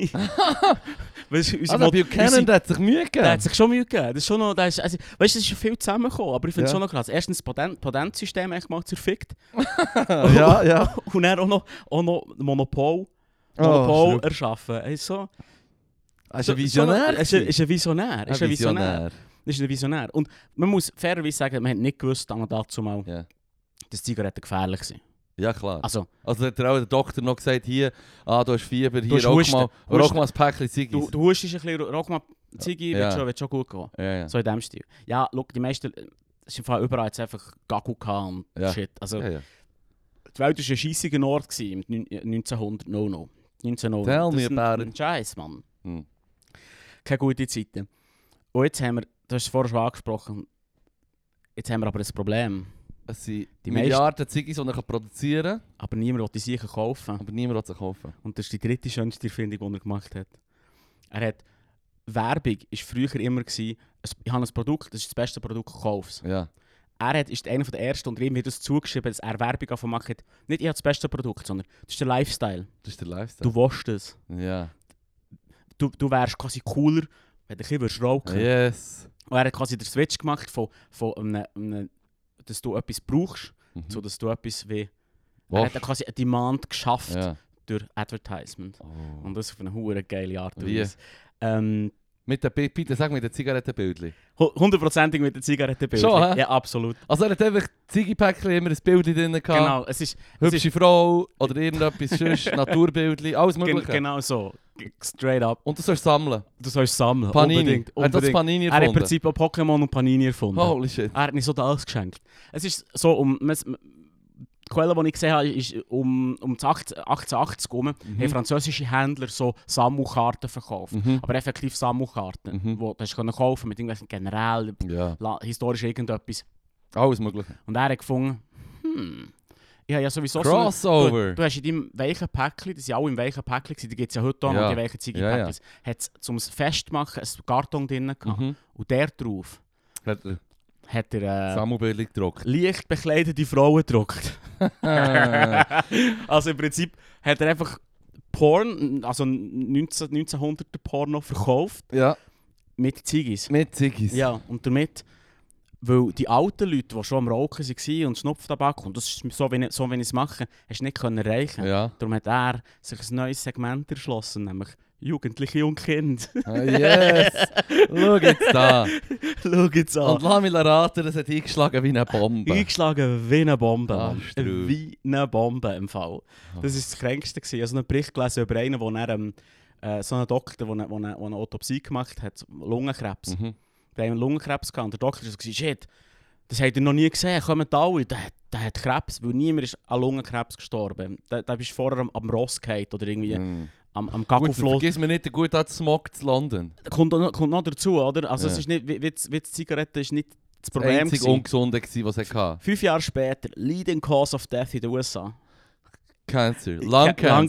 S1: weißt, du, unser
S2: Also,
S1: Mod-
S2: Buchanan
S1: unsere-
S2: der hat sich Mühe gegeben.
S1: der hat sich schon Mühe gegeben. Das ist schon noch, das ist, also, weißt du, es ist schon viel zusammengekommen, aber ich finde es
S2: Ja.
S1: schon noch krass. Erstens, das Patent Patentsystem echt mal zerfickt.
S2: Ah, ja, ja.
S1: Und dann auch noch, auch noch Monopol,
S2: Oh,
S1: Monopol
S2: schau.
S1: erschaffen. Er ist so,
S2: Er ist
S1: so-
S2: ein Visionär.
S1: so ein- Er ist ein- ist ein Visionär. Er ist ein Visionär. Das ist ein Visionär. Und man muss fairerweise sagen, man hat nicht gewusst, damals dazu mal,
S2: Ja.
S1: dass Zigaretten gefährlich sind.
S2: Ja, klar.
S1: Also,
S2: Also hat dir auch der Doktor noch gesagt, hier, ah, du hast Fieber, hier,
S1: hast
S2: rauch
S1: Husten.
S2: mal, rauch
S1: Husten.
S2: mal ein Päckchen Ziggis.
S1: du, du hustest ein bisschen, rauch mal Ziggy,
S2: Ja.
S1: wird, schon, wird schon gut gehen.
S2: Ja, ja.
S1: So in dem Stil. Ja, schau, die meisten, äh, es ist im Fall überall jetzt einfach Gagu gehabt und
S2: Ja.
S1: shit. Also,
S2: ja, ja.
S1: die Welt war ein scheissiger Ort gewesen, im äh, 1900, no no. 1900.
S2: Tell
S1: das
S2: me
S1: ist ein-
S2: about
S1: ein Scheiß, Mann.
S2: Hm.
S1: Keine gute Zeiten. Und jetzt haben wir, du hast es vorher schon angesprochen, jetzt haben wir aber ein Problem.
S2: Es sind
S1: Die
S2: Milliarden Ziggis, die er produzieren kann,
S1: Aber niemand will die sicher kaufen.
S2: aber niemand hat sie kaufen.
S1: Und das ist die dritte schönste Erfindung, die er gemacht hat. Er hat Werbung ist früher immer gewesen, es- ich habe ein Produkt, das ist das beste Produkt, kauf's.
S2: Ja.
S1: Er hat, ist einer von der ersten und ihm wird das zugeschrieben, dass er Werbung davon macht. Nicht ich habe das beste Produkt, sondern das ist der Lifestyle.
S2: Das ist der Lifestyle.
S1: Du willst es.
S2: Ja.
S1: Du, du wärst quasi cooler, wenn du ein bisschen würdest rauchen
S2: Yes.
S1: Und er hat quasi den Switch gemacht von, von einem, einem, dass du etwas brauchst,
S2: Mhm.
S1: zu dass du etwas wie. Er
S2: Was?
S1: hat quasi eine Demand geschafft
S2: Ja.
S1: durch Advertisement.
S2: Oh.
S1: Und das auf eine hure geile Art und
S2: Wie?
S1: Weise. Ähm,
S2: Mit der, Bi- bitte sag mir den Zigarettenbildchen.
S1: hu- Hundertprozentig mit der Zigarette
S2: Schon, hä?
S1: Ja, absolut.
S2: Also er hat einfach Ziggipäckchen immer ein Bildchen drin gehabt.
S1: Genau, es ist
S2: Hübsche Frau oder irgendetwas sonst, Naturbildchen, alles
S1: gen
S2: mögliche.
S1: genau so. G- Straight up.
S2: Und du sollst sammeln.
S1: Du sollst sammeln.
S2: Panini.
S1: Unbedingt.
S2: Er hat das
S1: unbedingt.
S2: Panini
S1: er hat im
S2: erfunden.
S1: Prinzip auch Pokémon und Panini erfunden.
S2: Holy shit.
S1: Er hat nicht so alles geschenkt. Es ist so, um. mes- m- Die Quelle, die ich gesehen habe, ist um, um das 18- 1880 herum, haben französische Händler so Sammelkarten verkauft.
S2: Mhm.
S1: Aber effektiv Sammelkarten,
S2: Mhm.
S1: wo du hast können kaufen mit irgendwelchen Generälen,
S2: Ja,
S1: la- historisch irgendetwas.
S2: alles mögliche.
S1: Und er hat gefunden, hm, ich habe ja sowieso so eine-
S2: Crossover.
S1: Du, du hast in deinem weichen Päckchen, die sind alle im weichen Päckchen, gewesen, die gibt es ja heute auch noch,
S2: Ja.
S1: die weichen
S2: Ja, ja.
S1: Ziegenpäckchen, hat es zum Festmachen einen Karton drin gehabt.
S2: Mhm.
S1: Und der drauf
S2: Hat er
S1: hat er äh,
S2: Sammelbildchen gedruckt.
S1: leicht bekleidete Frauen gedruckt.
S2: Äh,
S1: also im Prinzip hat er einfach Porn, also 19, 1900er Porno verkauft
S2: ja,
S1: mit Ziegis.
S2: mit Ziggis.
S1: Ja, und damit Weil die alten Leute, die schon am Rauchen waren und Schnupftabak, und das ist so, wie ich, so, wie ich es mache, hast du nicht können erreichen
S2: Ja.
S1: Darum hat er sich ein neues Segment erschlossen, nämlich Jugendliche und Kind.
S2: Ah, yes! Schau jetzt da.
S1: Oh. Schau jetzt
S2: Und
S1: an.
S2: lass mich raten, das hat eingeschlagen wie eine Bombe.
S1: Eingeschlagen wie eine Bombe.
S2: Ah,
S1: Mann.
S2: Strub.
S1: wie eine Bombe im Fall. Das war das Kränkste. gewesen. Ich habe so einen Bericht gelesen über einen, wo er, ähm, äh, so einen Doktor, der eine, wo eine, wo eine Autopsie gemacht hat, Lungenkrebs.
S2: Mhm.
S1: Der hat Lungenkrebs gehabt. Und der Doktor hat gesagt, shit, das habt ihr noch nie gesehen, kommt alle, der, hat- der hat Krebs, weil niemand ist an Lungenkrebs gestorben. Der, der bist vorher am, am Ross gehabt oder irgendwie
S2: Mhm.
S1: am, am
S2: Gut,
S1: Kackoflot.
S2: vergiss mir nicht den guten alten Smog zu London.
S1: Kommt, noch- kommt noch dazu, oder? Also
S2: Ja.
S1: es ist nicht, wie, wie, das- wie die Zigarette ist nicht das
S2: Das
S1: Problem
S2: einzige
S1: gewesen.
S2: Ungesunde, gewesen, was er hatte.
S1: Fünf Jahre später, leading cause of death in den USA.
S2: Cancer. Lung
S1: Ca- Lung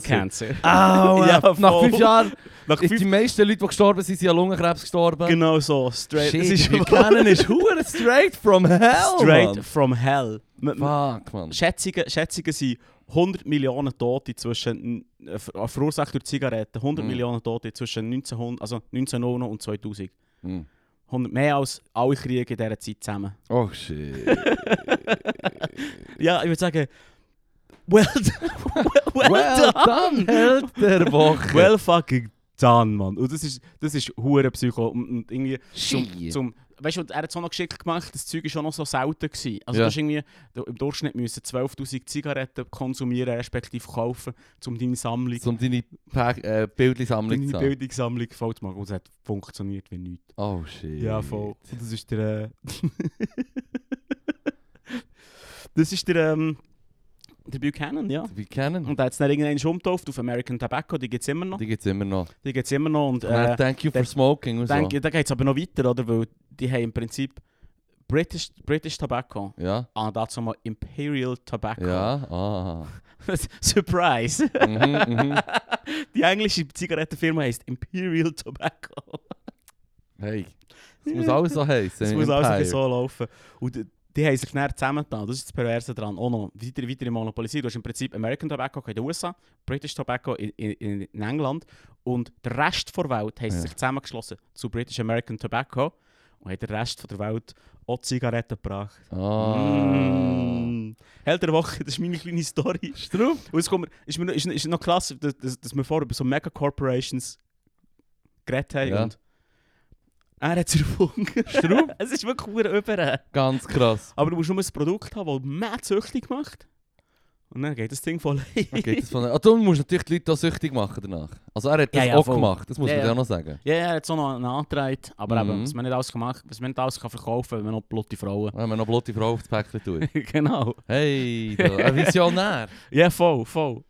S1: Cancer.
S2: Cancer. Au,
S1: Ja,
S2: ja, nach
S1: voll.
S2: fünf Jahren
S1: Nach
S2: ist
S1: fünf
S2: die meisten Leute, die gestorben sind, sind an Lungenkrebs gestorben.
S1: Genau so, straight.
S2: Shit,
S1: es ist
S2: Buchanan ist hure straight from hell,
S1: straight from hell. M- m-
S2: Mann. Fuck, man.
S1: Schätzungen, Schätzungen sind 100 Millionen Tote zwischen, äh, ver- verursacht durch Zigaretten, 100
S2: Mhm.
S1: Millionen Tote zwischen 1900, also 1900 und 2000.
S2: Mm.
S1: 100, mehr als alle Kriege in dieser Zeit zusammen.
S2: Oh shit.
S1: Ja, ich würde sagen, well, well, well,
S2: well
S1: done.
S2: done, Held der Woche.
S1: Well fucking done, Mann. Und das ist, das ist hure Psycho. Und, und irgendwie zum,
S2: Shit.
S1: zum, weißt du, er hat es auch noch geschickt gemacht, das Zeug war schon noch so selten. Gewesen. Also
S2: Ja.
S1: du hast irgendwie, du, im Durchschnitt müssen 12'000 Zigaretten konsumieren, respektive kaufen, um deine Sammlung,
S2: Um deine Pack, äh, Bildsammlung zu
S1: deine
S2: haben.
S1: Bildungssammlung voll zu machen. Und es hat funktioniert wie nichts.
S2: Oh shit.
S1: Ja, voll. Und das ist der... Äh, das ist der, ähm, der Buchanan, ja.
S2: Wir kennen.
S1: Und da hat es dann irgendwann umgetauft auf American Tobacco, die gibt es immer noch.
S2: Die gibt es immer noch.
S1: Die gibt es immer noch. Und, äh,
S2: Nein, thank you
S1: der-
S2: for smoking. Und so.
S1: Denk, da geht es aber noch weiter, oder? Weil die haben im Prinzip British, British Tobacco.
S2: Ja,
S1: Ah, dazu mal Imperial Tobacco.
S2: ja, ah.
S1: Surprise!
S2: mhm, mhm.
S1: Die englische Zigarettenfirma heißt Imperial Tobacco.
S2: Hey, es muss alles so heißen.
S1: Das muss alles ein bisschen so laufen. Und die- die haben sich näher zusammengetan. Das ist das Perverse daran. Auch noch weiter, weiter monopolisiert. Du hast im Prinzip Dus American Tobacco in den USA, British Tobacco in, in, in England und der Rest der Welt haben sie
S2: Ja.
S1: sich zusammengeschlossen zu British American Tobacco und haben den Rest der Welt auch Zigaretten gebracht.
S2: Ah.
S1: Mm. Held der Woche, das ist meine kleine Story.
S2: Strupp.
S1: Und jetzt kommen wir, ist, mir, noch- ist, ist noch klasse, dass, dass, dass wir vorher über so Mega-Corporations geredet haben.
S2: Ja.
S1: Und Ah, er hat es erfunden.
S2: Strupp.
S1: es ist wirklich verdammt über.
S2: Ganz krass.
S1: Aber du musst nur ein Produkt haben, das mehr süchtig macht. Und dann geht das Ding voll
S2: Dann Geht das von ah, du musst natürlich die Leute auch süchtig machen danach. Also er hat
S1: Ja,
S2: das
S1: ja,
S2: auch
S1: voll.
S2: gemacht, das muss
S1: Ja,
S2: man
S1: ja.
S2: ja auch noch sagen.
S1: Ja, er hat so noch einen Antrag, aber
S2: Mhm.
S1: eben, was man nicht alles, gemacht, was man nicht alles kann verkaufen kann, wenn man noch blotte Frauen.
S2: Wenn man noch blotte Frau aufs Päckchen tut.
S1: genau.
S2: Hey, da, ein Visionär.
S1: Ja, voll, voll.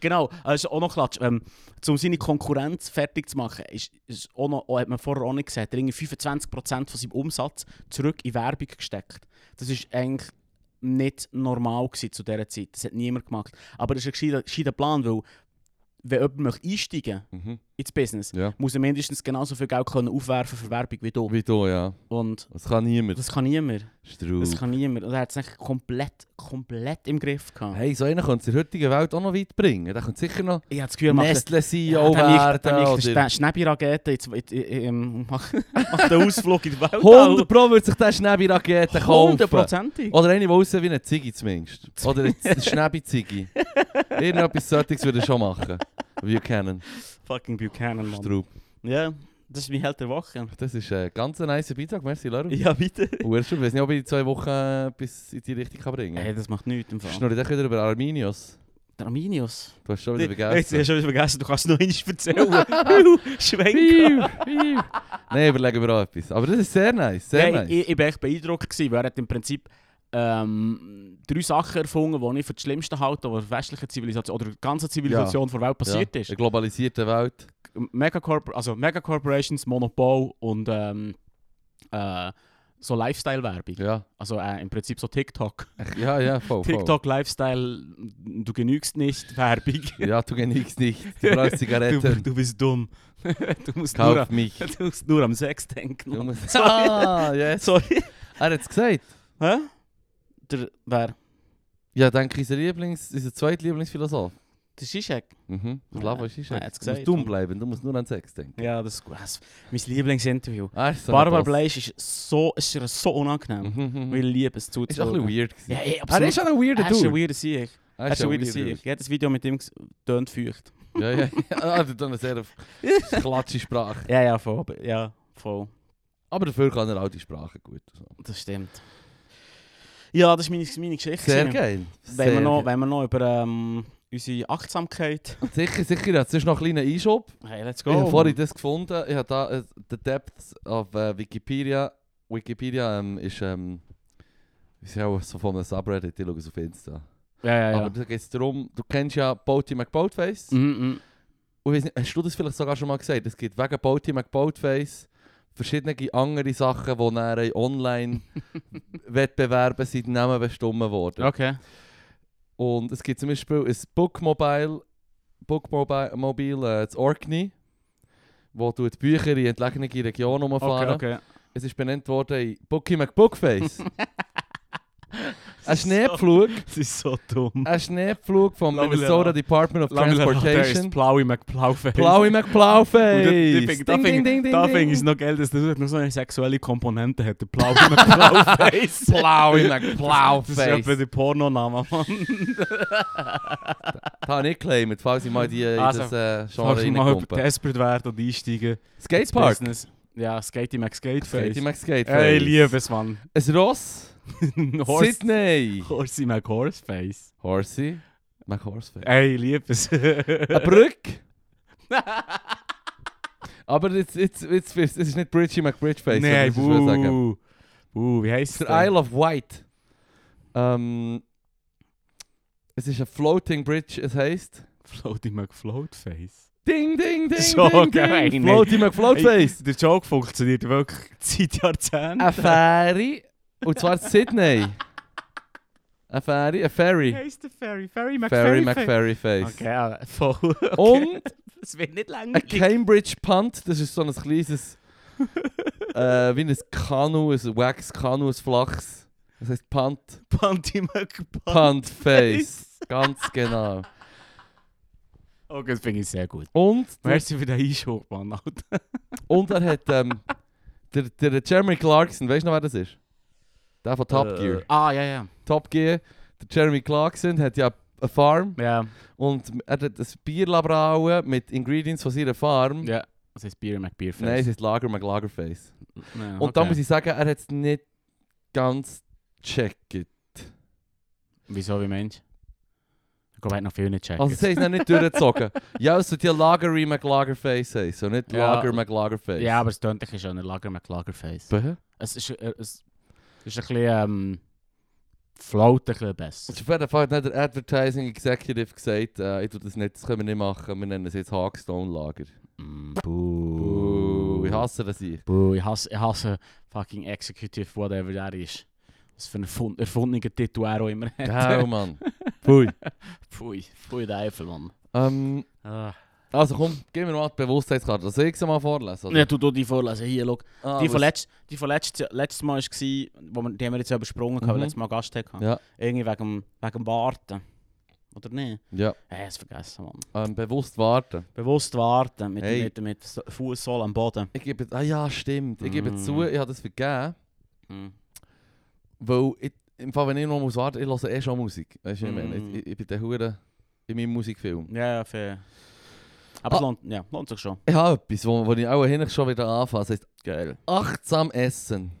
S1: Genau, das ist auch noch klatsch. Ähm, um seine Konkurrenz fertig zu machen, ist, ist auch noch, hat man vorher auch nicht gesagt, er hat irgendwie 25% von seinem Umsatz zurück in Werbung gesteckt. Das ist eigentlich nicht normal gewesen zu dieser Zeit. Das hat niemand gemacht. Aber das ist ein gescheiter- gescheiter Plan, weil wenn jemand möchte einsteigen
S2: Mhm.
S1: ins Business,
S2: Ja.
S1: muss er mindestens genauso viel Geld können aufwerfen für Werbung wie du.
S2: Wie du, ja.
S1: Und
S2: Das kann niemand.
S1: das kann niemand. Das
S2: Strupp.
S1: kann niemand. Und er hat es eigentlich komplett, komplett im Griff gehabt.
S2: Hey, so einer könnte es in der heutigen Welt auch noch weit bringen. Der könnte sicher noch
S1: Ich habe das Gefühl, er macht-
S2: Nestle-CEO werden. oder-
S1: Schnäbi-Rakete jetzt in- in- in- macht macht den Ausflug in die Welt.
S2: 100 Pro würde sich der Schneebi-Rakete kaufen.
S1: Hundertprozentig.
S2: Oder eine, die aussieht wie eine Ziggy zumindest. Oder eine Schneebi-Ziggy. Irgendetwas solches würde er schon machen. Wir kennen
S1: Fucking Buchanan, Mann.
S2: Strupp.
S1: Ja, das ist mein Held der Woche.
S2: Das ist ein ganz nicer Beitrag. Merci, Leru.
S1: Ja, bitte.
S2: Und ich weiß nicht, ob ich in zwei Wochen äh, etwas in die Richtung kann bringen
S1: Hey,
S2: kann.
S1: das macht nichts im
S2: Ich
S1: Fall.
S2: schnurre dich wieder über Arminius.
S1: Der Arminius.
S2: Du hast schon wieder
S1: Die- Jetzt
S2: vergessen.
S1: hast du wieder vergessen, du kannst es noch einmal erzählen. Piu, Schwenk.
S2: Nein, überlegen wir auch etwas. Aber das ist sehr nice,
S1: Nein,
S2: sehr nice.
S1: ich, ich war echt beeindruckt, gewesen, weil er hat im Prinzip ähm, drei Sachen erfunden, die ich für das Schlimmste halte, was westliche Zivilisation oder die ganze Zivilisation der Welt passiert
S2: ja,
S1: ist.
S2: Eine globalisierte Welt.
S1: Megacorp also Megacorporations, Monopol und ähm, äh, so Lifestyle-Werbung.
S2: Ja,
S1: Also äh, im Prinzip so TikTok.
S2: Ach, ja, ja, voll, voll.
S1: TikTok, Lifestyle, du genügst nicht, Werbung.
S2: Ja, du genügst nicht. Du brauchst
S1: Du,
S2: Zigaretten.
S1: du bist dumm. du, musst nur,
S2: Kauf mich.
S1: du musst nur am Sex denken.
S2: Du musst-
S1: Sorry.
S2: Ah, yes. Ah,
S1: Sorry.
S2: Er hat es gesagt.
S1: Hä? Der, wer?
S2: Ja, denke ich, unser Lieblings, unser Zweitlieblingsphilosoph.
S1: Der Zizek.
S2: Mhm. Ich glaube, es ist
S1: Ja,
S2: ja,
S1: er hat's
S2: Du musst
S1: gesagt.
S2: dumm bleiben, du musst nur an Sex denken. Ah,
S1: Ja, das ist gut. Das- Mein Lieblingsinterview.
S2: Also,
S1: Barbara
S2: das-
S1: Bleisch ist so, ist ihr so unangenehm.
S2: Mhm, mhm.
S1: Wir lieben es zu
S2: Ist auch ein bisschen weird gewesen.
S1: Ja, ey, absolut.
S2: er ist auch ein weirder
S1: Er ist ein
S2: Dude.
S1: weirder Sieg. Er ist ein weirder Sieg. Jedes Video mit ihm ges- tönt feucht.
S2: Ja, ja. Ah, du hast eine sehr klatsche Sprache.
S1: Ja, ja, voll. aber- Ja, voll.
S2: Aber dafür kann er auch die Sprache gut. Also, So.
S1: Das stimmt. Ja, das ist meine, meine Geschichte.
S2: Sehr
S1: gewesen.
S2: geil.
S1: Wenn wir
S2: Sehr
S1: noch,
S2: geil.
S1: wenn wir noch über ähm, unsere Achtsamkeit.
S2: Sicher, sicher. ja. Es ist noch ein kleiner Einschub.
S1: Hey, let's
S2: Ich
S1: go.
S2: habe vorhin das gefunden. Ich habe da äh, The Depths of äh, Wikipedia. Wikipedia ähm, ist, ähm, ist ja auch so von einem Subreddit. Ich schaue es auf Insta.
S1: Ja, Ah, ja, ja.
S2: Aber da geht es darum, du kennst ja Boaty McBoatface.
S1: Mhm, mhm.
S2: Und ich weiss nicht, hast du das vielleicht sogar schon mal gesagt? Es gibt wegen Boaty McBoatface verschiedene andere Sachen, die dann in Online-Wettbewerben sind Namen bestimmt worden.
S1: Okay.
S2: Und es gibt zum Beispiel ein Bookmobile, Bookmobile Mobile, äh, das Orkney, wo du die Bücher in entlegene Regionen
S1: Okay,
S2: umfahren.
S1: okay.
S2: Es ist benannt worden in Bookie McBookface. ein Schneepflug,
S1: Das ist so dumm.
S2: ein Schneepflug vom
S1: Lass mich
S2: Minnesota
S1: lachen.
S2: Department of Transportation.
S1: Plaui McPlauface.
S2: Blaue
S1: Und da-
S2: McBlauface.
S1: ich find- Da finde ich es noch geil, dass das noch so eine sexuelle Komponente hat. Der Plaui McPlauface.
S2: Blaue
S1: Das ist etwa
S2: McBlauface.
S1: der Pornoname, Mann.
S2: Das habe ich geclaimt, falls ich mal die in
S1: Also,
S2: das äh, Genre
S1: Falls ich mal über
S2: reinkumpe.
S1: Desperate werde und einsteigen. ins
S2: Skatepark.
S1: Business. Ja, Skatey McSkateface.
S2: Skate McSkateface.
S1: Ey, liebes Mann.
S2: Ein Ross.
S1: Horse,
S2: Sydney.
S1: Horsey McHorseface.
S2: Horsey. McHorseface.
S1: Ey, liebes.
S2: Eine Brücke. Aber jetzt, jetzt, jetzt, jetzt es ist nicht Bridgie McBridgeface.
S1: Nee,
S2: das muss ich sagen.
S1: buh. Buh, wie
S2: Es
S1: heisst
S2: ist der
S1: der?
S2: Isle of Wight. Ähm, es ist eine Floating Bridge, es heisst.
S1: Floaty McFloatface.
S2: Ding, ding, ding,
S1: So
S2: ding,
S1: geil.
S2: ding. Floaty McFloatface.
S1: Ey, Der Joke funktioniert wirklich seit Jahrzehnten.
S2: Eine Fähre. Und zwar in Sydney. Eine Fähre, eine
S1: Wie
S2: Ferry.
S1: heisst der Ferry? Ferry McFerry.
S2: Ferry McFerryface.
S1: Okay, ja, voll. Okay.
S2: Und
S1: Es wird nicht
S2: Ein
S1: langweilig.
S2: Cambridge Punt, das ist so ein kleines. äh, wie ein Kanu, ein Wax-Kanu, ein Flachs. Das heißt Punt.
S1: Panty McPanty.
S2: Puntface. Ganz genau.
S1: Okay, das finde ich sehr gut.
S2: Und,
S1: Merci für den Einschub, Mann. Alter.
S2: und er hat. Ähm, der, der Jeremy Clarkson, weißt du noch, wer das ist? Der von Top Gear.
S1: Äh, Ah, ja, ja.
S2: Top Gear. Der Jeremy Clarkson hat ja eine Farm
S1: Ja,
S2: und er hat ein Bierlabrauen mit Ingredients von seiner Farm.
S1: ja. Das heißt Beer McBeerface.
S2: Nein, es ist Lager McLagerface.
S1: Ja,
S2: Und da muss ich sagen, er hat es nicht ganz gecheckt.
S1: Wieso, wie Mensch? Ich glaube, er hat noch viel nicht checken.
S2: Also sie haben es noch nicht durchgezogen. ja, es sollte ja Lagery McLagerface heißen, so nicht
S1: Ja.
S2: Lager McLagerface.
S1: ja, aber es tönt ein schon Lager mit Lagerface.
S2: Bäh?
S1: Es ist, äh, es ist ein bisschen, ähm, float ein bisschen besser.
S2: Auf jeden Fall hat dann der Advertising Executive gesagt, äh, ich tue das nicht, das können wir nicht machen, wir nennen es jetzt Hagstone Lager.
S1: Mm,
S2: Uh,
S1: Buh.
S2: ich hasse das ich.
S1: Buh, ich hasse, ich hasse fucking Executive, whatever der ist. Was für ein erfund- erfundener Titel er auch immer hat.
S2: Genau, Mann. Pui.
S1: Pfui, pfui der Eifel, Mann.
S2: Ähm,
S1: Ah.
S2: also komm, gib mir mal die Bewusstheitskarte. Soll ich sie mal vorlesen?
S1: Ja, du, du die vorlesen. Hier, schau.
S2: Ah,
S1: Die
S2: was-
S1: von, letzt, die von letzt, letztes Mal war, wo wir, die haben wir jetzt ja übersprungen, mhm. weil
S2: Mhm.
S1: wir letztes Mal Gast hatten.
S2: Ja.
S1: Irgendwie wegen, dem- wegen dem Warten. Oder nicht?
S2: Ja,
S1: Hey, es vergessen, Mann.
S2: ähm, bewusst warten.
S1: Bewusst warten, mit,
S2: Hey.
S1: mit, mit So- Fußsohle am Boden.
S2: Ich gebe, ah ja, stimmt. Ich gebe
S1: Mm.
S2: zu, ich habe das vergeben.
S1: Mhm.
S2: Weil ich, im Fall, wenn ich noch muss warten muss, ich höre eh schon Musik. Weißt du, was ich meine?
S1: Mhm.
S2: Ich, ich, ich bin der Hure in meinem Musikfilm.
S1: Ja, ja, fair. Aber es
S2: Ah.
S1: lohnt, ja, lohnt sich schon.
S2: Ich habe etwas, wo, wo ich auch hinten schon wieder anfange. Das heisst, geil. Achtsam essen.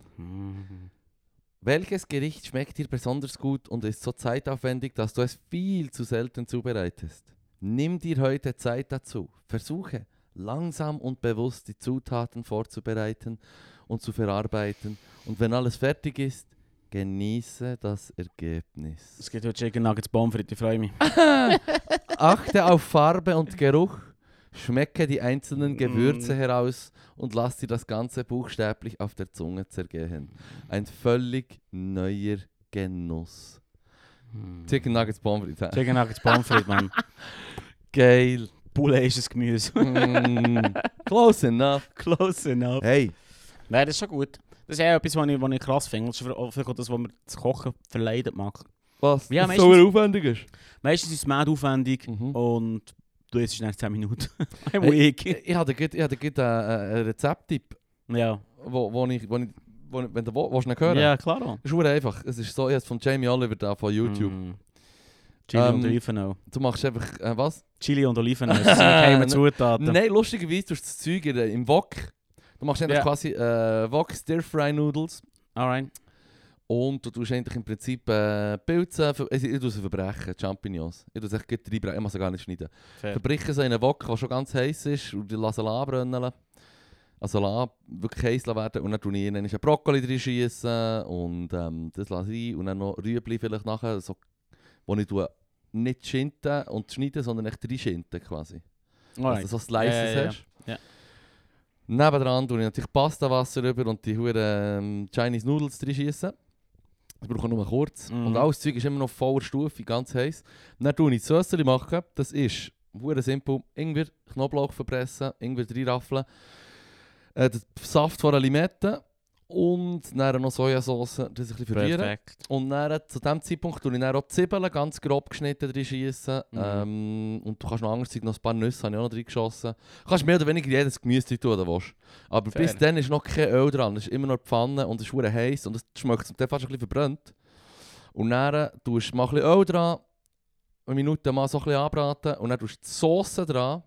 S2: Welches Gericht schmeckt dir besonders gut und ist so zeitaufwendig, dass du es viel zu selten zubereitest? Nimm dir heute Zeit dazu. Versuche, langsam und bewusst die Zutaten vorzubereiten und zu verarbeiten. Und wenn alles fertig ist, genieße das Ergebnis.
S1: Es gibt heute Chicken Nuggets Bomben, ich freue mich.
S2: Achte auf Farbe und Geruch. Schmecke die einzelnen Gewürze
S1: Mm.
S2: heraus und lass dir das Ganze buchstäblich auf der Zunge zergehen. Ein völlig neuer Genuss.
S1: Mhm.
S2: Chicken Nuggets Pommes frites, hä?
S1: Chicken Nuggets Pommes, Mann.
S2: Geil.
S1: Poulet ist ein Gemüse.
S2: Mm. Close enough.
S1: Close enough.
S2: Hey.
S1: Nein, das ist schon gut. Das ist auch etwas, was ich, was ich krass finde. Das ist vielleicht auch das, was mir das Kochen verleidet mag.
S2: Was?
S1: Ja,
S2: das
S1: meistens-
S2: so aufwendig ist.
S1: Meistens ist es mad aufwendig
S2: Mhm.
S1: und du isst es nach 10 Minuten. I'm
S2: Hey,
S1: weak.
S2: Ich hatte gerade ich hatte gerade einen einen Rezepttipp,
S1: Ja.
S2: wo, wo ich, wo ich, wo ich, wenn du wo- willst du ihn hören?
S1: Ja, klar. auch.
S2: Das ist verdammt einfach. Es ist so, ich habe es von Jamie Oliver da von YouTube.
S1: Mm. Chili
S2: Ähm,
S1: und Olivenöl.
S2: Du machst einfach, äh, was?
S1: Chili und Olivenöl, das sind keine Zutaten.
S2: Nein, lustigerweise tust du das Zeug in, der- im Wok. Du machst eigentlich
S1: Ja.
S2: quasi äh, Wok Stir Fry Noodles
S1: Alright.
S2: und du tust eigentlich im Prinzip äh, Pilze, ver- ich, ich tue sie verbrechen, Champignons. Ich tue sie echt gerade reinbrechen, ich muss sie gar nicht schneiden.
S1: Fair.
S2: Verbrechen sie in einen Wok, der schon ganz heiß ist und die lassen sie anbrennen. Also lassen, wirklich heiß werden und dann tue ich ihnen einen Brokkoli drin schießen und ähm, das lasse ich rein und dann noch Rüebli vielleicht nachher, so, wo ich tue, nicht schinden und schneiden, sondern echt reinschinten quasi.
S1: Alright.
S2: Also so Slices
S1: Ja, ja, ja.
S2: hast.
S1: Ja.
S2: Nebendran tue ich natürlich Pastawasser rüber und die huren ähm, Chinese Noodles drin schießen. Das brauche ich nur kurz.
S1: Mhm.
S2: Und alles Zeug ist immer noch voller Stufe, ganz heiß. Dann tue ich die Sösseli machen. Das ist hure simpel. Ingwer, Knoblauch verpressen, Ingwer reinraffeln. Äh, den Saft von einer Limette und dann noch Sojasauce, das ein bisschen verrühren.
S1: Perfekt.
S2: Und dann, zu diesem Zeitpunkt tue ich dann auch die Zwiebeln ganz grob geschnitten drin schießen.
S1: Mhm.
S2: Ähm, und du kannst noch anderes Zeug, noch ein paar Nüsse habe ich auch noch drin geschossen. Du kannst mehr oder weniger jedes Gemüse rein tun, das du willst. Aber
S1: Fair.
S2: bis dann ist noch kein Öl dran. Es ist immer noch die Pfanne und es ist verdammt heiß und es schmeckt zum Teil fast ein bisschen verbrannt. Und dann tust du mal ein bisschen Öl dran, eine Minute mal so ein bisschen anbraten und dann tust du die Soße dran.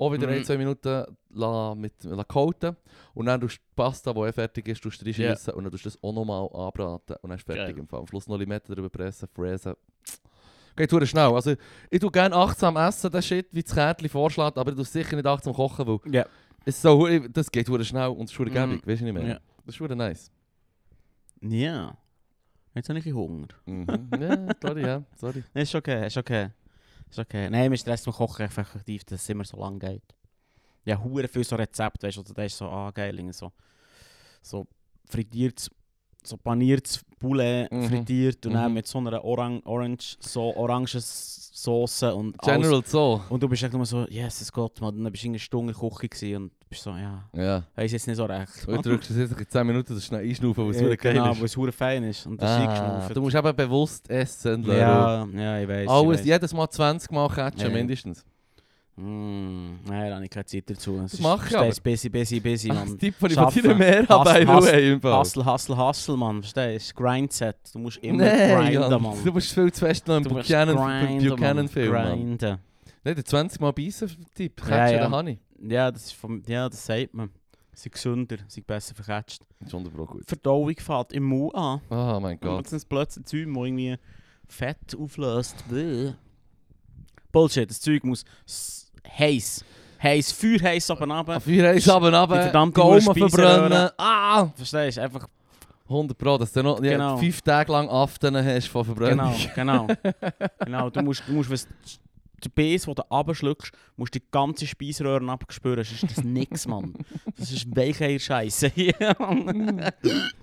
S2: Auch wieder
S1: Mhm.
S2: ein, zwei Minuten la, mit, la kalten. Und dann tust du die Pasta, die eh fertig ist, tust du reinschiessen und dann tust du das auch nochmal anbraten und dann ist fertig
S1: Geil.
S2: im Fall. Am Schluss noch Limette drüber pressen, fräsen. Geht hure schnell. Also ich tue gerne achtsam essen, das Shit, wie das Kärtchen vorschlägt, aber ich tue sicher nicht achtsam kochen, weil
S1: Ja.
S2: es so, hu- das geht hure schnell und es ist hure
S1: Mhm.
S2: gäbig, weißt du nicht mehr.
S1: Ja.
S2: Das ist hure nice.
S1: Ja. Jetzt habe ich ein bisschen Hunger.
S2: Mhm. ja, sorry, ja, sorry.
S1: Nee, Ist okay, ist okay. Ist okay. Nein, mir stresst man Kochen echt effektiv, dass es immer so lang geht. Ja, hure viel so Rezepte, weißt du, also das ist so, ah, geil, irgendwie so, so frittiertes, so paniertes Poulet
S2: Mhm.
S1: frittiert und dann
S2: Mhm.
S1: mit so einer Orang Orange, so Orangensauce und alles.
S2: General so.
S1: Und du bist echt immer so, yes, es geht, man. Dann bist du in einer Stunde in der Küche gewesen und bist so, ja,
S2: Ja.
S1: weiss jetzt nicht so recht.
S2: Und du drückst es jetzt in 10 Minuten das schnell einschnaufen, weil es
S1: Ja,
S2: hure geil
S1: genau,
S2: ist.
S1: weil es hure fein ist und das
S2: Ah,
S1: ist
S2: du musst eben bewusst essen lernen.
S1: Ja, ja, ich weiß.
S2: Alles, jedes Mal 20 Mal catchen,
S1: Ja, ja.
S2: mindestens.
S1: Mm, nein, da habe ich keine Zeit dazu. Es ist-
S2: mache ich
S1: verstehst, busy, busy, busy,
S2: Ach, das
S1: Mann.
S2: Tipp von
S1: Schaffen.
S2: deiner Mehrarbeit,
S1: Hustle,
S2: du ey, im Fall.
S1: Hustle, hustle, hustle, Mann. Verstehst du? Grindset. Du musst immer
S2: Nein,
S1: grinden,
S2: Jan,
S1: Mann.
S2: Du bist viel zu fest noch im
S1: Du musst
S2: Buchanan-
S1: grinden, Mann.
S2: Buchanan-Film. Mann.
S1: Grinden.
S2: Nein, der 20 Mal Beißen-Tipp. Catchen,
S1: Ja, ja.
S2: den habe ich.
S1: Ja, das ist vom, ja, das sagt man. Sei gesünder, sei besser verketzt.
S2: Das ist wunderbar gut.
S1: Verdauung fällt im Mund an.
S2: Oh mein Gott.
S1: Und sind plötzlich Zeug, das irgendwie Fett auflöst. Bäh. Bullshit, das Zeug muss s- heiß. Heiß, Feuer heiß ab und
S2: Auf
S1: ab.
S2: vier Eis runter,
S1: Die
S2: runter,
S1: verdammte
S2: Gaumen
S1: Urspeiseröhre.
S2: verbrennen. eh, Ah!
S1: Verstehst du? Einfach
S2: 100 Pro, dass du noch ja,
S1: Genau.
S2: fünf Tage lang Aften hast von
S1: Genau,
S2: Verbrennung.
S1: genau. genau. Du musst, du musst was, den Biss, den du runterschluckst, musst die ganze Speiseröhre abgespüren. Sonst ist das nix, Mann. Das ist weiche Scheiße.
S2: Shit, das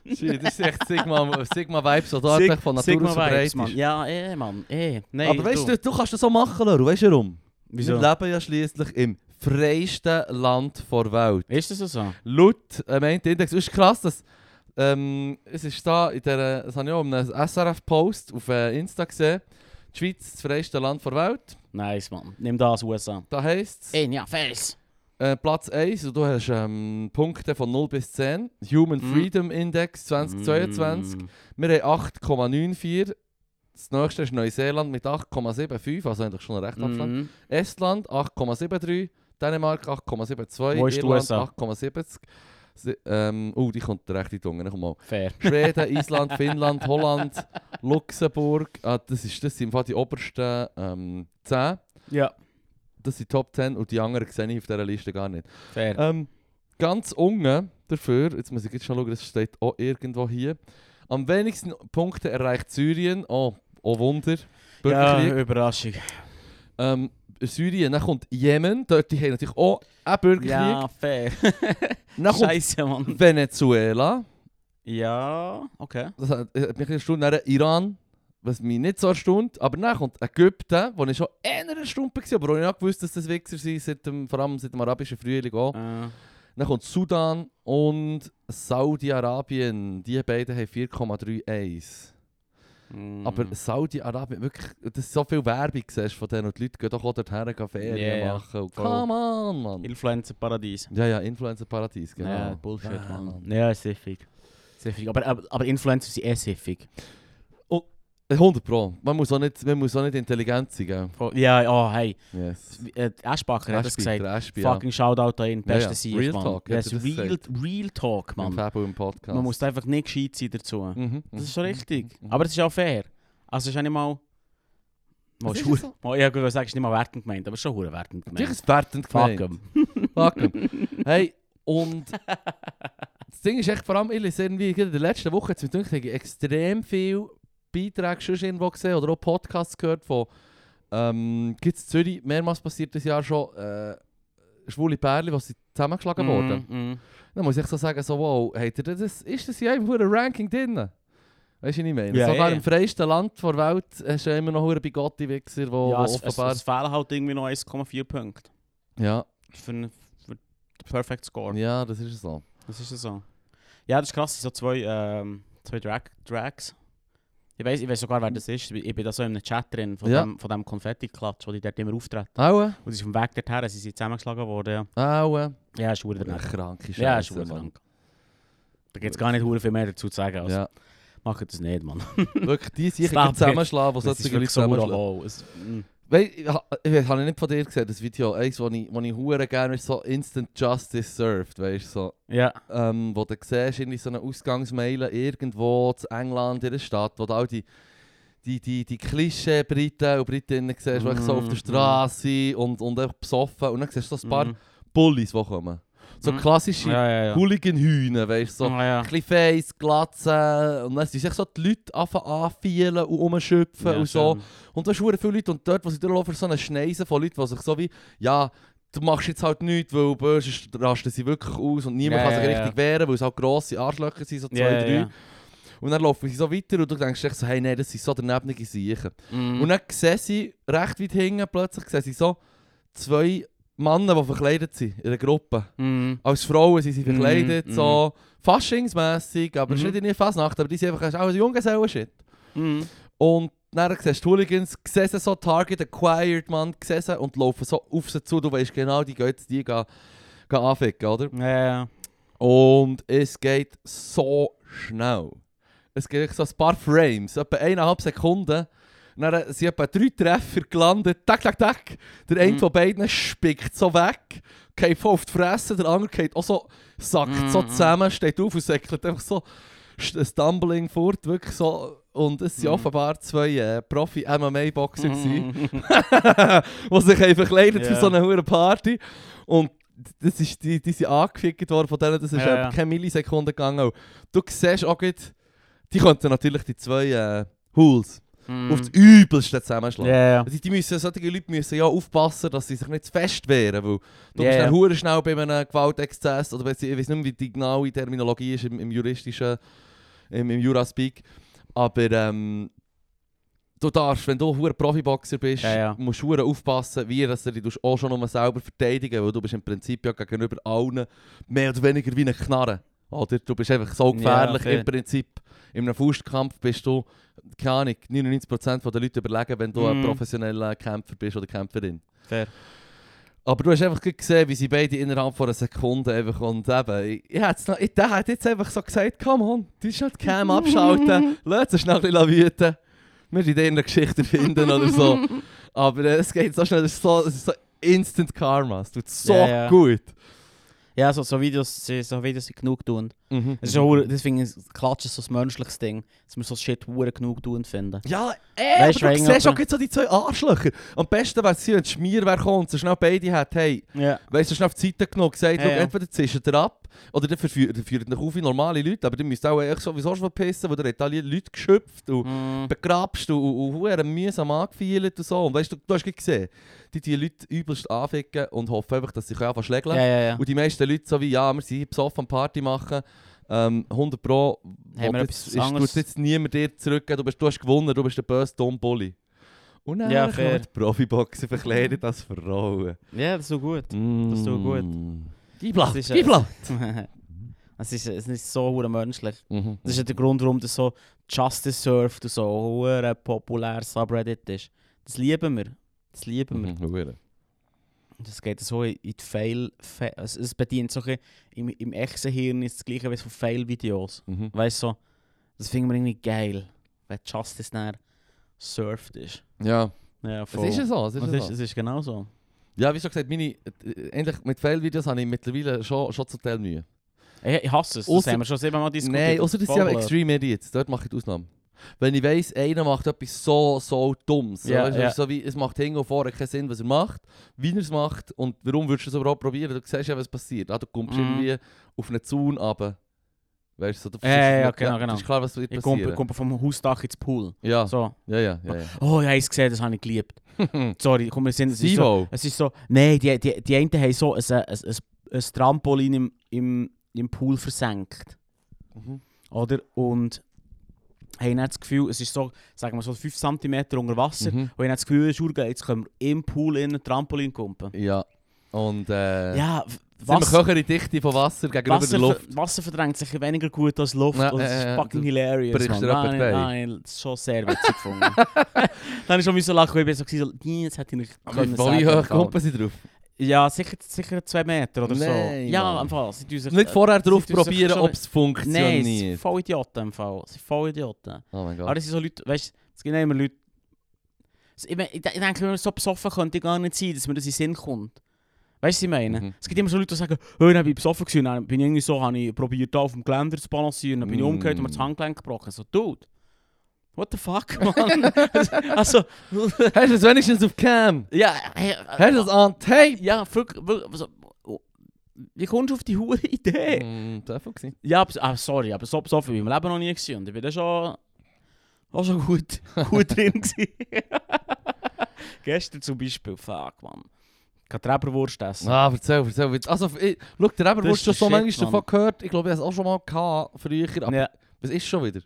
S2: ist echt Sigma, Sigma Vibes, die da einfach von Natur aus verbreitet
S1: Mann.
S2: ist.
S1: Ja, eh, Mann. Eh. Nein,
S2: Aber weißt du, du kannst das so machen, Leru, weißt du warum?
S1: wieso?
S2: Wir leben ja schließlich im freisten Land der Welt.
S1: Ist das so?
S2: Laut äh, meint Index. Es ist krass, dass ähm, es ist da in der, das habe ich auch in einem SRF-Post auf äh, Insta gesehen. Die Schweiz, das freiste Land der Welt.
S1: Nice, Mann. Nimm das, USA.
S2: Da heisst es
S1: In ja, face.
S2: äh, Platz 1 und du hast ähm, Punkte von 0 bis 10. Human
S1: Mhm.
S2: Freedom Index 2022.
S1: Mm.
S2: Wir haben 8,94. Das nächste ist Neuseeland mit 8,75, also eigentlich schon ein recht Abstand.
S1: Mhm.
S2: Estland 8,73, Dänemark 8,72,
S1: Wo ist die
S2: Irland
S1: USA?
S2: 8,70. Si- Ähm, oh, die kommt recht in die Tunge, noch mal.
S1: Fair.
S2: Schweden, Island, Finnland, Holland, Luxemburg. Ah, das, ist, das sind im Fall die obersten ähm, 10.
S1: Ja,
S2: Das sind die Top 10 und die anderen sehe ich auf dieser Liste gar nicht.
S1: fair.
S2: Ähm, ganz unten dafür, jetzt muss ich jetzt schon schauen, das steht auch irgendwo hier. Am wenigsten Punkte erreicht Syrien. Oh, oh Wunder.
S1: ja,
S2: Bürgerkrieg.
S1: Überraschung.
S2: Ähm, Syrien, dann kommt Jemen, dort die haben natürlich auch einen Bürgerkrieg.
S1: Ja, fair.
S2: dann kommt
S1: Scheiße, Mann.
S2: Venezuela,
S1: Ja, okay.
S2: das hat hat mich ein bisschen erstaunt, dann Iran, was mich nicht so erstaunt, aber dann kommt Ägypten, wo ich schon eher erstaunt war, aber wo ich auch gewusst dass das Wichser sind, seit dem, vor allem seit dem arabischen Frühling auch.
S1: Äh,
S2: Dann kommt Sudan und Saudi-Arabien, die beiden haben 4,31.
S1: Mm.
S2: Aber Saudi-Arabien, wirklich, das ist so viel Werbung siehst von denen und die Leute gehen doch auch dorthin gehen Ferien
S1: Ja, ja.
S2: machen. Und,
S1: Voll.
S2: come on, Mann.
S1: Influencer-Paradies.
S2: Ja, ja, Influencer-Paradies, genau.
S1: Ja, Bullshit,
S2: Ah,
S1: Mann. Ja, siffig. siffig. Aber, aber, aber Influencer sind eh siffig.
S2: 100 Pro. Man muss auch nicht, man muss auch nicht intelligent sein, gell?
S1: Voll- Ja, oh, hey.
S2: Yes.
S1: Äh, Aschbacher hat das
S2: Ashby,
S1: gesagt.
S2: der Ashby, ja.
S1: Fucking Shoutout an ihn.
S2: Ja,
S1: Beste
S2: ja.
S1: Sieg,
S2: Real
S1: Mann.
S2: Talk,
S1: yes,
S2: hat er das
S1: real, real Talk,
S2: Im
S1: Mann.
S2: Fabo im Podcast.
S1: Man muss einfach nicht gescheit sein dazu.
S2: Mhm.
S1: Das ist
S2: mhm,
S1: schon richtig.
S2: mhm, mhm.
S1: Aber es ist auch fair. Also es ist auch nicht mal... Mal
S2: Es ist
S1: schwul-
S2: so.
S1: mal- Ja, gut, ich sage, es ist nicht mal wertend gemeint, aber es ist schon hure wertend
S2: Natürlich
S1: gemeint.
S2: ist es wertend
S1: Fuck
S2: gemeint.
S1: 'em.
S2: Fuck 'em. Hey, und das Ding ist echt vor allem, ich lese irgendwie gerade in der letzten Woche, jetzt mit gedacht, habe ich extrem viel Beiträge schon irgendwo gesehen oder auch Podcasts gehört von, ähm, gibt es Zürich, mehrmals passiert das Jahr schon, äh, schwule Pärchen, die sind zusammengeschlagen worden.
S1: Mm, mm.
S2: Dann muss ich so sagen, so wow, habt ihr das, ist das ja einfach ein Ranking drin? Weißt du, was ich meine?
S1: Ja,
S2: Sogar
S1: ja, ja.
S2: im freisten Land der Welt hast du immer noch einen Bigotti-Wichser, der
S1: Ja,
S2: ja,
S1: es, es,
S2: Oh, offenbar...
S1: es fehlen halt irgendwie noch 1,4 Punkte.
S2: ja,
S1: Für, einen- für den Perfect Score.
S2: ja, das ist so.
S1: Das ist ja so. Ja, das ist krass, es sind so zwei, ähm, zwei Drag Drags. Ich weiß ich weiss sogar, wer das ist. Ich bin da so in einem Chat drin, von
S2: Ja.
S1: dem, von dem Konfetti-Klatsch, wo die dort immer auftreten.
S2: Aua,
S1: Und sie ist vom Weg dorthin, sie sind zusammengeschlagen worden.
S2: aua.
S1: Ja, ja ist hure
S2: Eine
S1: danach.
S2: kranke Scheiße,
S1: Ja, ist hure
S2: Mann.
S1: krank. Da gibt es gar nicht hure viel mehr dazu zu sagen. Also,
S2: Ja,
S1: Macht das nicht, Mann.
S2: wirklich, die sich
S1: Stop it.
S2: zusammenschlagen, die
S1: Das ist
S2: solche Leute
S1: wirklich so hure
S2: zusammenschlagen.
S1: low. Es- mm.
S2: Weißt du, ich ha- ich habe nicht von dir gesehen, das dus Video, eins, wo ich, wo ich hure gerne so Instant Justice served, weißt du, so.
S1: Ja.
S2: ähm, wo du siehst, in so einer Ausgangsmeile irgendwo zu England, in der Stadt, wo du all die, die, die, die Klischee-Briten und Britinnen siehst, die echt so auf
S1: Mhm.
S2: der Straße sind und, und einfach besoffen. Und dann siehst du so ein paar
S1: Mm.
S2: Bullies, die kommen. So
S1: Mhm.
S2: klassische
S1: Ja, ja, Mhm. ja.
S2: Hooligan-Hühner, weißt du, so.
S1: Ja, ja.
S2: Ein bisschen Face, Glatze und dann sind sich so die Leute anfangen anfielen und rumschöpfen
S1: Ja,
S2: und so.
S1: schön.
S2: Und da hast du verdammt viele Leute und dort, wo sie durchlaufen, ist so eine Schneise von Leuten, die sich so wie, ja, du machst jetzt halt nichts, weil böse rasten sie wirklich aus und niemand
S1: Ja,
S2: kann sich
S1: ja, ja.
S2: richtig wehren, weil es halt grosse Arschlöcher sind, so zwei,
S1: Ja, ja,
S2: drei.
S1: ja.
S2: Und dann laufen sie so weiter und du denkst echt so, hey, nein, das sind so daneben Siechen.
S1: Mm.
S2: Und dann sehen sie recht weit hinten, plötzlich sehen sie so zwei Männer, die verkleidet sind in einer Gruppe.
S1: Mm.
S2: Als Frauen sind sie
S1: Mhm,
S2: verkleidet,
S1: mhm.
S2: so faschingsmässig, aber es ist
S1: Mhm.
S2: nicht in der Fasnacht, aber die sind einfach auch ein Junggesellen-Shit.
S1: Mm.
S2: Und dann siehst du die Hooligans, siehst du so Target Acquired, Mann, siehst du, und laufen so auf sie zu, du weißt genau, die gehen jetzt die gehen, gehen anficken, oder?
S1: Mhm. Ja, ja.
S2: Und es geht so schnell. Es geht so ein paar Frames, etwa eineinhalb Sekunden. Und Dann sind etwa drei Treffer gelandet, tak, tak, tak. Der eine
S1: Mhm.
S2: von beiden spickt so weg, geht voll auf die Fresse, der andere geht auch so, sackt so
S1: Mhm.
S2: zusammen, steht auf und säckelt einfach so st- stumbling fort, wirklich so. Und es sind
S1: Mhm.
S2: offenbar zwei äh, Profi-MMA-Boxer gewesen.
S1: Mm.
S2: die sich haben verkleidet für
S1: Ja.
S2: so eine hohe Party. Und das ist, die, die sind angefickt worden von denen, das ist
S1: Ja,
S2: etwa
S1: ja.
S2: keine Millisekunde gegangen. Und Du siehst auch gut, die könnten natürlich die zwei äh, Hools auf das Übelste
S1: Mhm. Ja,
S2: zusammenschlagen.
S1: ja.
S2: Also die müssen, solche Leute müssen ja aufpassen, dass sie sich nicht zu fest wehren, weil du
S1: Ja,
S2: bist
S1: ja.
S2: dann hure schnell bei einem Gewaltexzess, oder weiss ich ich weiß nicht mehr, wie die genaue Terminologie ist im, im juristischen, im, im Juraspeak, aber ähm, du darfst, wenn du hure Profiboxer bist,
S1: Ja, ja.
S2: musst du hure aufpassen, wie dass du dich tust auch schon um selber verteidigen, weil du bist im Prinzip ja gegenüber allen mehr oder weniger wie ein Knarren. Oder du bist einfach so
S1: Ja,
S2: gefährlich
S1: fair.
S2: im Prinzip. In einem Faustkampf bist du keine Ahnung, 99% der Leute überlegen, wenn du ein
S1: Mhm.
S2: professioneller Kämpfer bist oder Kämpferin.
S1: Fair.
S2: Aber du hast einfach gerade gesehen, wie sie beide innerhalb von einer Sekunde einfach und eben, ich, ich, hätt's noch, ich der hätte jetzt einfach so gesagt, come on, du hast die halt Cam abschalten, lass uns noch ein bisschen wüten. Wir sind in der Geschichte finden oder so. Aber äh, es geht so schnell, es ist so, es ist so Instant Karma, es tut so
S1: Ja, ja.
S2: gut.
S1: Ja, so, so Videos, sind- so Videos sind genug tun.
S2: Mhm.
S1: Das ist auch, deswegen ist Klatschen so ein menschliches Ding, dass wir so Shit hure genug tun finden.
S2: Ja, ey,
S1: Weisst du,
S2: aber du
S1: wenn
S2: siehst auch
S1: jemand-
S2: gerade so die zwei Arschlöcher. Am besten wäre es, hier, wenn die Schmier wäre gekommen und so schnell beide hat, hey,
S1: Ja.
S2: Weißt du, schnell auf die Seite genommen und gesagt,
S1: Ja,
S2: schau,
S1: ja.
S2: entweder zischt ihr ab oder ihr verführt, ihr führt euch auf wie normale Leute, aber ihr müsst auch eigentlich sowieso schon pissen, weil ihr habt alle Leute geschöpft und
S1: Mm.
S2: begrabst und, und, und verdammt mühsam angefeilt und so. Und weißt du, du hast gerade gesehen, die die Leute übelst anficken und hoffen einfach, dass sie können anfangen zu schlägeln.
S1: Ja, ja, ja.
S2: Und die meisten Leute so wie, ja, wir sind hier besoffen am Party machen, ähm, 100 Pro,
S1: wir
S2: will
S1: etwas
S2: ist, tut
S1: anderes?
S2: jetzt niemand dir zurückgeben, du, bist, du hast gewonnen, du bist der böse dumme Bulli. Und dann
S1: Ja,
S2: ja,
S1: fair.
S2: kommen die Profiboxer verkleidet als Frauen.
S1: Ja, das ist so gut.
S2: Mm.
S1: Das ist doch gut.
S2: Gibla,
S1: Das ist, äh,
S2: Gibla.
S1: Es ist, es ist so hure menschlich.
S2: Mhm.
S1: Das ist ja der Grund, warum das so Justice Surf und so hure populär Subreddit ist. Das lieben wir. Das lieben wir.
S2: Mhm, hure.
S1: Das geht so in in die Fail... Fa also es bedient so ein bisschen im, im echten Hirn ist das gleiche wie so Fail-Videos.
S2: Mhm.
S1: Weißt du, so, das finden wir irgendwie geil, wenn Justice dann surft ist.
S2: Ja,
S1: Ja,
S2: es ist ja so. Es ist
S1: es,
S2: ja
S1: ist,
S2: so.
S1: es ist genau so.
S2: Ja, wie schon gesagt, meine, äh, eigentlich mit Fail-Videos habe ich mittlerweile schon, schon zum Teil Mühe.
S1: Ich, ich hasse es, das
S2: Ausser-
S1: haben wir schon siebenmal diskutiert.
S2: Nein, außer das sind ja
S1: Voll.
S2: Extreme Idiots. Dort mache ich die Ausnahme. Wenn ich weiss, einer macht etwas so, so Dummes.
S1: Ja,
S2: weißt,
S1: ja.
S2: So wie, es macht hinten und vorne keinen Sinn, was er macht, wie er es macht und warum würdest du es überhaupt probieren? Du siehst ja, was passiert. Ah, du kommst
S1: Mhm.
S2: irgendwie auf einen Zaun runter. Weißt du, so, du
S1: Ja, nou, ja, ja,
S2: verstehst-
S1: genau, genau.
S2: Es ist klar, was wird
S1: Ich komme,
S2: passieren.
S1: komme vom Hausdach ins Pool.
S2: Ja,
S1: So.
S2: ja, ja. ja, ja.
S1: Oh, ich habe es gesehen, das habe ich geliebt. Sorry, komm, wir sind... Es ist so,
S2: Zero.
S1: es ist so nein, die, die, die einen haben so ein, ein, ein, ein Trampolin im, im, im Pool versenkt.
S2: Mhm.
S1: Oder? Und haben dann das Gefühl, es ist so, sagen wir so 5 cm unter Wasser.
S2: Mhm.
S1: Und ich das Gefühl, es ist urgeil, jetzt können wir im Pool in einen Trampolin kumpen.
S2: Ja. Und äh,
S1: Ja, w-
S2: sind
S1: Wasser,
S2: wir höhere Dichte von Wasser gegenüber
S1: Wasser,
S2: der Luft.
S1: ver- Wasser verdrängt sich weniger gut als Luft.
S2: Ja,
S1: und es
S2: ja,
S1: ist
S2: ja,
S1: fucking
S2: du
S1: hilarious.
S2: brichst
S1: Mann.
S2: dir jemand
S1: Nein,
S2: die Beine.
S1: nein, das ist schon sehr witzig gefunden. Dann habe ich schon müssen lachen, weil ich bin so, gewesen, so «Nie, jetzt hätte ich nicht
S2: Aber
S1: können
S2: wie hoch
S1: sagen
S2: kommen sie drauf?
S1: Ja, sicher, sicher 2 Meter oder
S2: Nein,
S1: so. Ja,
S2: Mann.
S1: im Fall. Sind unsere,
S2: Nicht vorher drauf
S1: sind uns
S2: probieren,
S1: schon-
S2: ob
S1: Nein, sie
S2: es
S1: sind
S2: funktioniert.
S1: voll Idioten im Fall. Sie sind voll Idioten.
S2: Oh mein Gott.
S1: Aber das sind so Leute, weißt du, es gibt immer Leute. Also, Ich, mein, ich de- ich denke, wenn man so besoffen könnte, gar nicht sein, dass mir das in den Sinn kommt. Weißt du, was ich meine?
S2: Mhm.
S1: Es gibt immer so Leute, die sagen, oh, dann bin ich besoffen gewesen, dann bin ich irgendwie so, habe ich probiert, da auf dem Geländer zu balancieren, dann bin ich
S2: Mm.
S1: umgekehrt und mir das Handgelenk gebrochen. So, Dude, what the fuck, man? also,
S2: Hast du es wenigstens auf Cam?
S1: ja, hey,
S2: Hast du es an Tape?
S1: ja, wirklich, wirklich, also, oh, wie kommst du auf die hohe Idee?
S2: Mm, das war gewesen.
S1: Ja, bes- ah, sorry, aber so besoffen bin ich im Leben noch nie gewesen und ich bin da schon, auch schon gut, gut drin gewesen. Gestern zum Beispiel, fuck man. Ich kann Treberwurst essen.
S2: Ah, erzähl, erzähl. wie- Also, ich, schau, der Reber
S1: Das
S2: wurde
S1: ist
S2: schon
S1: der
S2: so
S1: Shit,
S2: manchmal
S1: Mann.
S2: davon gehört. Ich glaube, ich habe es auch schon mal gehabt, früher. Aber
S1: Ja,
S2: was ist schon wieder?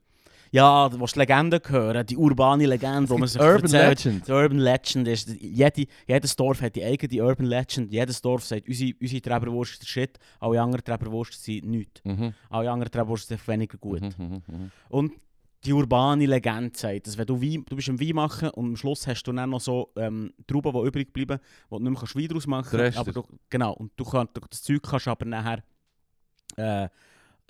S1: ja du willst die Legende hören, die urbane Legende, wo man sich
S2: Urban
S1: erzählt.
S2: Legend.
S1: Die Urban Legend ist, jede, jedes Dorf hat die eigene Urban Legend. Jedes Dorf sagt, unsere, unsere Treberwurst ist der Shit, alle anderen Treberwurst sind nichts.
S2: Mhm.
S1: Alle anderen Treberwurst sind weniger gut.
S2: Mhm, mhm, mhm.
S1: Und die urbane Legende sagt, dass wenn du Wein, du bist im Wein machen und am Schluss hast du dann noch so ähm, Trauben, die übrig bleiben, wo du nicht mehr kannst Wein draus machen
S2: Der Rest
S1: aber
S2: ist-
S1: du, Genau, und du kannst, das Zeug kannst du aber nachher äh,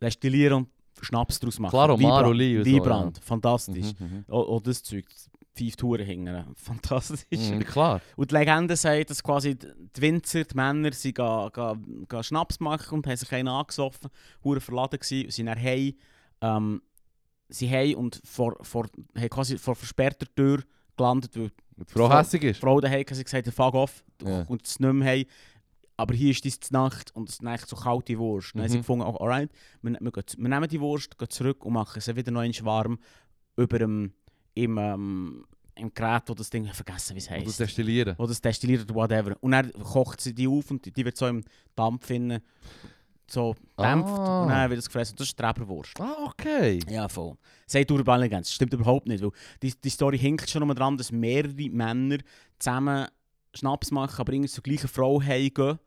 S1: destillieren und Schnaps draus machen.
S2: Claro,
S1: Weinbrand-
S2: Maroli und so,
S1: Weinbrand, fantastisch.
S2: Mhm, mhm.
S1: Auch auch das Zeug, das pfeift Huren hingern, fantastisch.
S2: Mhm, Klar.
S1: Und die Legende sagt, dass quasi die die Winzer, die Männer, sie ga, ga, ga Schnaps machen und haben sich einen angesoffen, hure verladen gsi, und sind dann heim, ähm, sie heim und vor, vor, haben quasi vor versperrter Tür gelandet, weil die
S2: Wenn die Frau
S1: Frau-
S2: hässig ist.
S1: Frau daheim hat gesagt, fuck off, du
S2: Ja.
S1: kommst nicht mehr heim, aber hier ist deine Nacht und es ist eigentlich so kalte Wurst. Dann haben sie
S2: Mhm.
S1: gefunden, oh, alright, wir, wir, gehen, wir nehmen die Wurst, gehen zurück und machen sie wieder noch einmal warm über dem, im, ähm, im Gerät, wo das Ding, ich hab vergessen wie es
S2: Und das
S1: heisst.
S2: Destillieren.
S1: Oder es destilliert oder whatever. Und dann kocht sie die auf und die- die wird so im Dampf finden, so dämpft
S2: Ah.
S1: und dann wird es gefressen. Das ist Treberwurst.
S2: Ah, okay.
S1: Ja, voll. Sagt Urban Legends. Das stimmt überhaupt nicht, weil die, die Story hinkt schon nur dran, dass mehrere Männer zusammen Schnaps machen, aber irgendwie zur gleichen Frau heimgehen,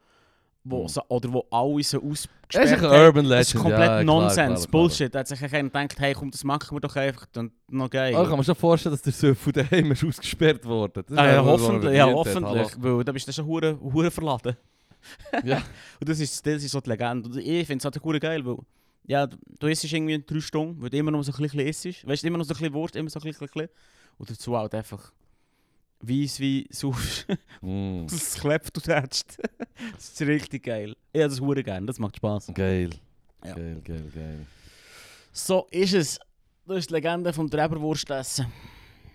S1: wo
S2: Mhm.
S1: so, oder wo alle so ausgesperrt
S2: Das ist ein
S1: haben.
S2: Urban Legend.
S1: Das ist komplett
S2: ja, klar,
S1: Nonsens,
S2: klar, klar.
S1: Bullshit. Da hat sich keiner gedacht, hey komm, das machen wir doch einfach, dann noch geil.
S2: Ah, Ich kann mir schon vorstellen, dass der Söffel daheim ist ausgesperrt worden. Das
S1: Ah,
S2: wäre
S1: ja,
S2: wohl
S1: hoffentlich, ja,
S2: verdient,
S1: hoffentlich, weil da bist du schon hure, hure verladen.
S2: Ja.
S1: Und das ist, das ist so die Legende. Und ich finde es halt hure geil, weil ja, du- du isst irgendwie in drei Stunden, weil du immer noch so ein bisschen isst. Weißt du, immer noch so ein bisschen Wurst, immer so ein bisschen, bisschen. Und dazu halt einfach weiss wie saufst,
S2: hallo. Mm.
S1: dass es klebt und tätscht. das ist richtig geil. Ja, das hure gerne, das macht Spass.
S2: Geil.
S1: Ja.
S2: Geil, geil, geil.
S1: So ist es. Das ist die Legende vom Treberwurstessen.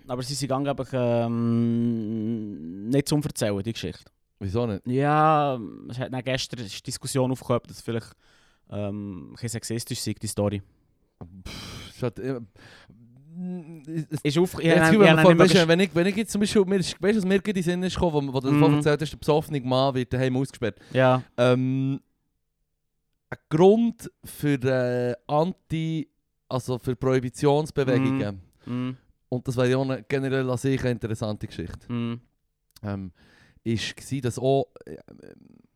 S1: Aber sie sind angeblich ähm, nicht zum Erzählen, die Geschichte.
S2: Wieso nicht?
S1: Ja, es hat dann gestern ist die Diskussion aufgekommen, dass vielleicht ähm, ein bisschen sexistisch sei, die Story.
S2: Es hat, äh, mm, es- es-
S1: Ist auf, ich
S2: Jetzt
S1: habe-
S2: gibt
S1: ich
S2: mir
S1: habe
S2: vor-
S1: nicht mehr
S2: weisst du, wenn ich- Wenn ich jetzt zum Beispiel, mir ist- weisst du, was mir gerade in den Sinn ist gekommen, wo, man- wo du
S1: Mhm.
S2: davon erzählt hast, der besoffene Mann wird daheim ausgesperrt.
S1: gesch- Ja,
S2: Ähm, ein Grund für äh, Anti-, also für Prohibitionsbewegungen,
S1: mm,
S2: und das wäre ja auch eine generell an sich eine interessante Geschichte.
S1: mm,
S2: Ähm, ist, gewesen, dass auch äh,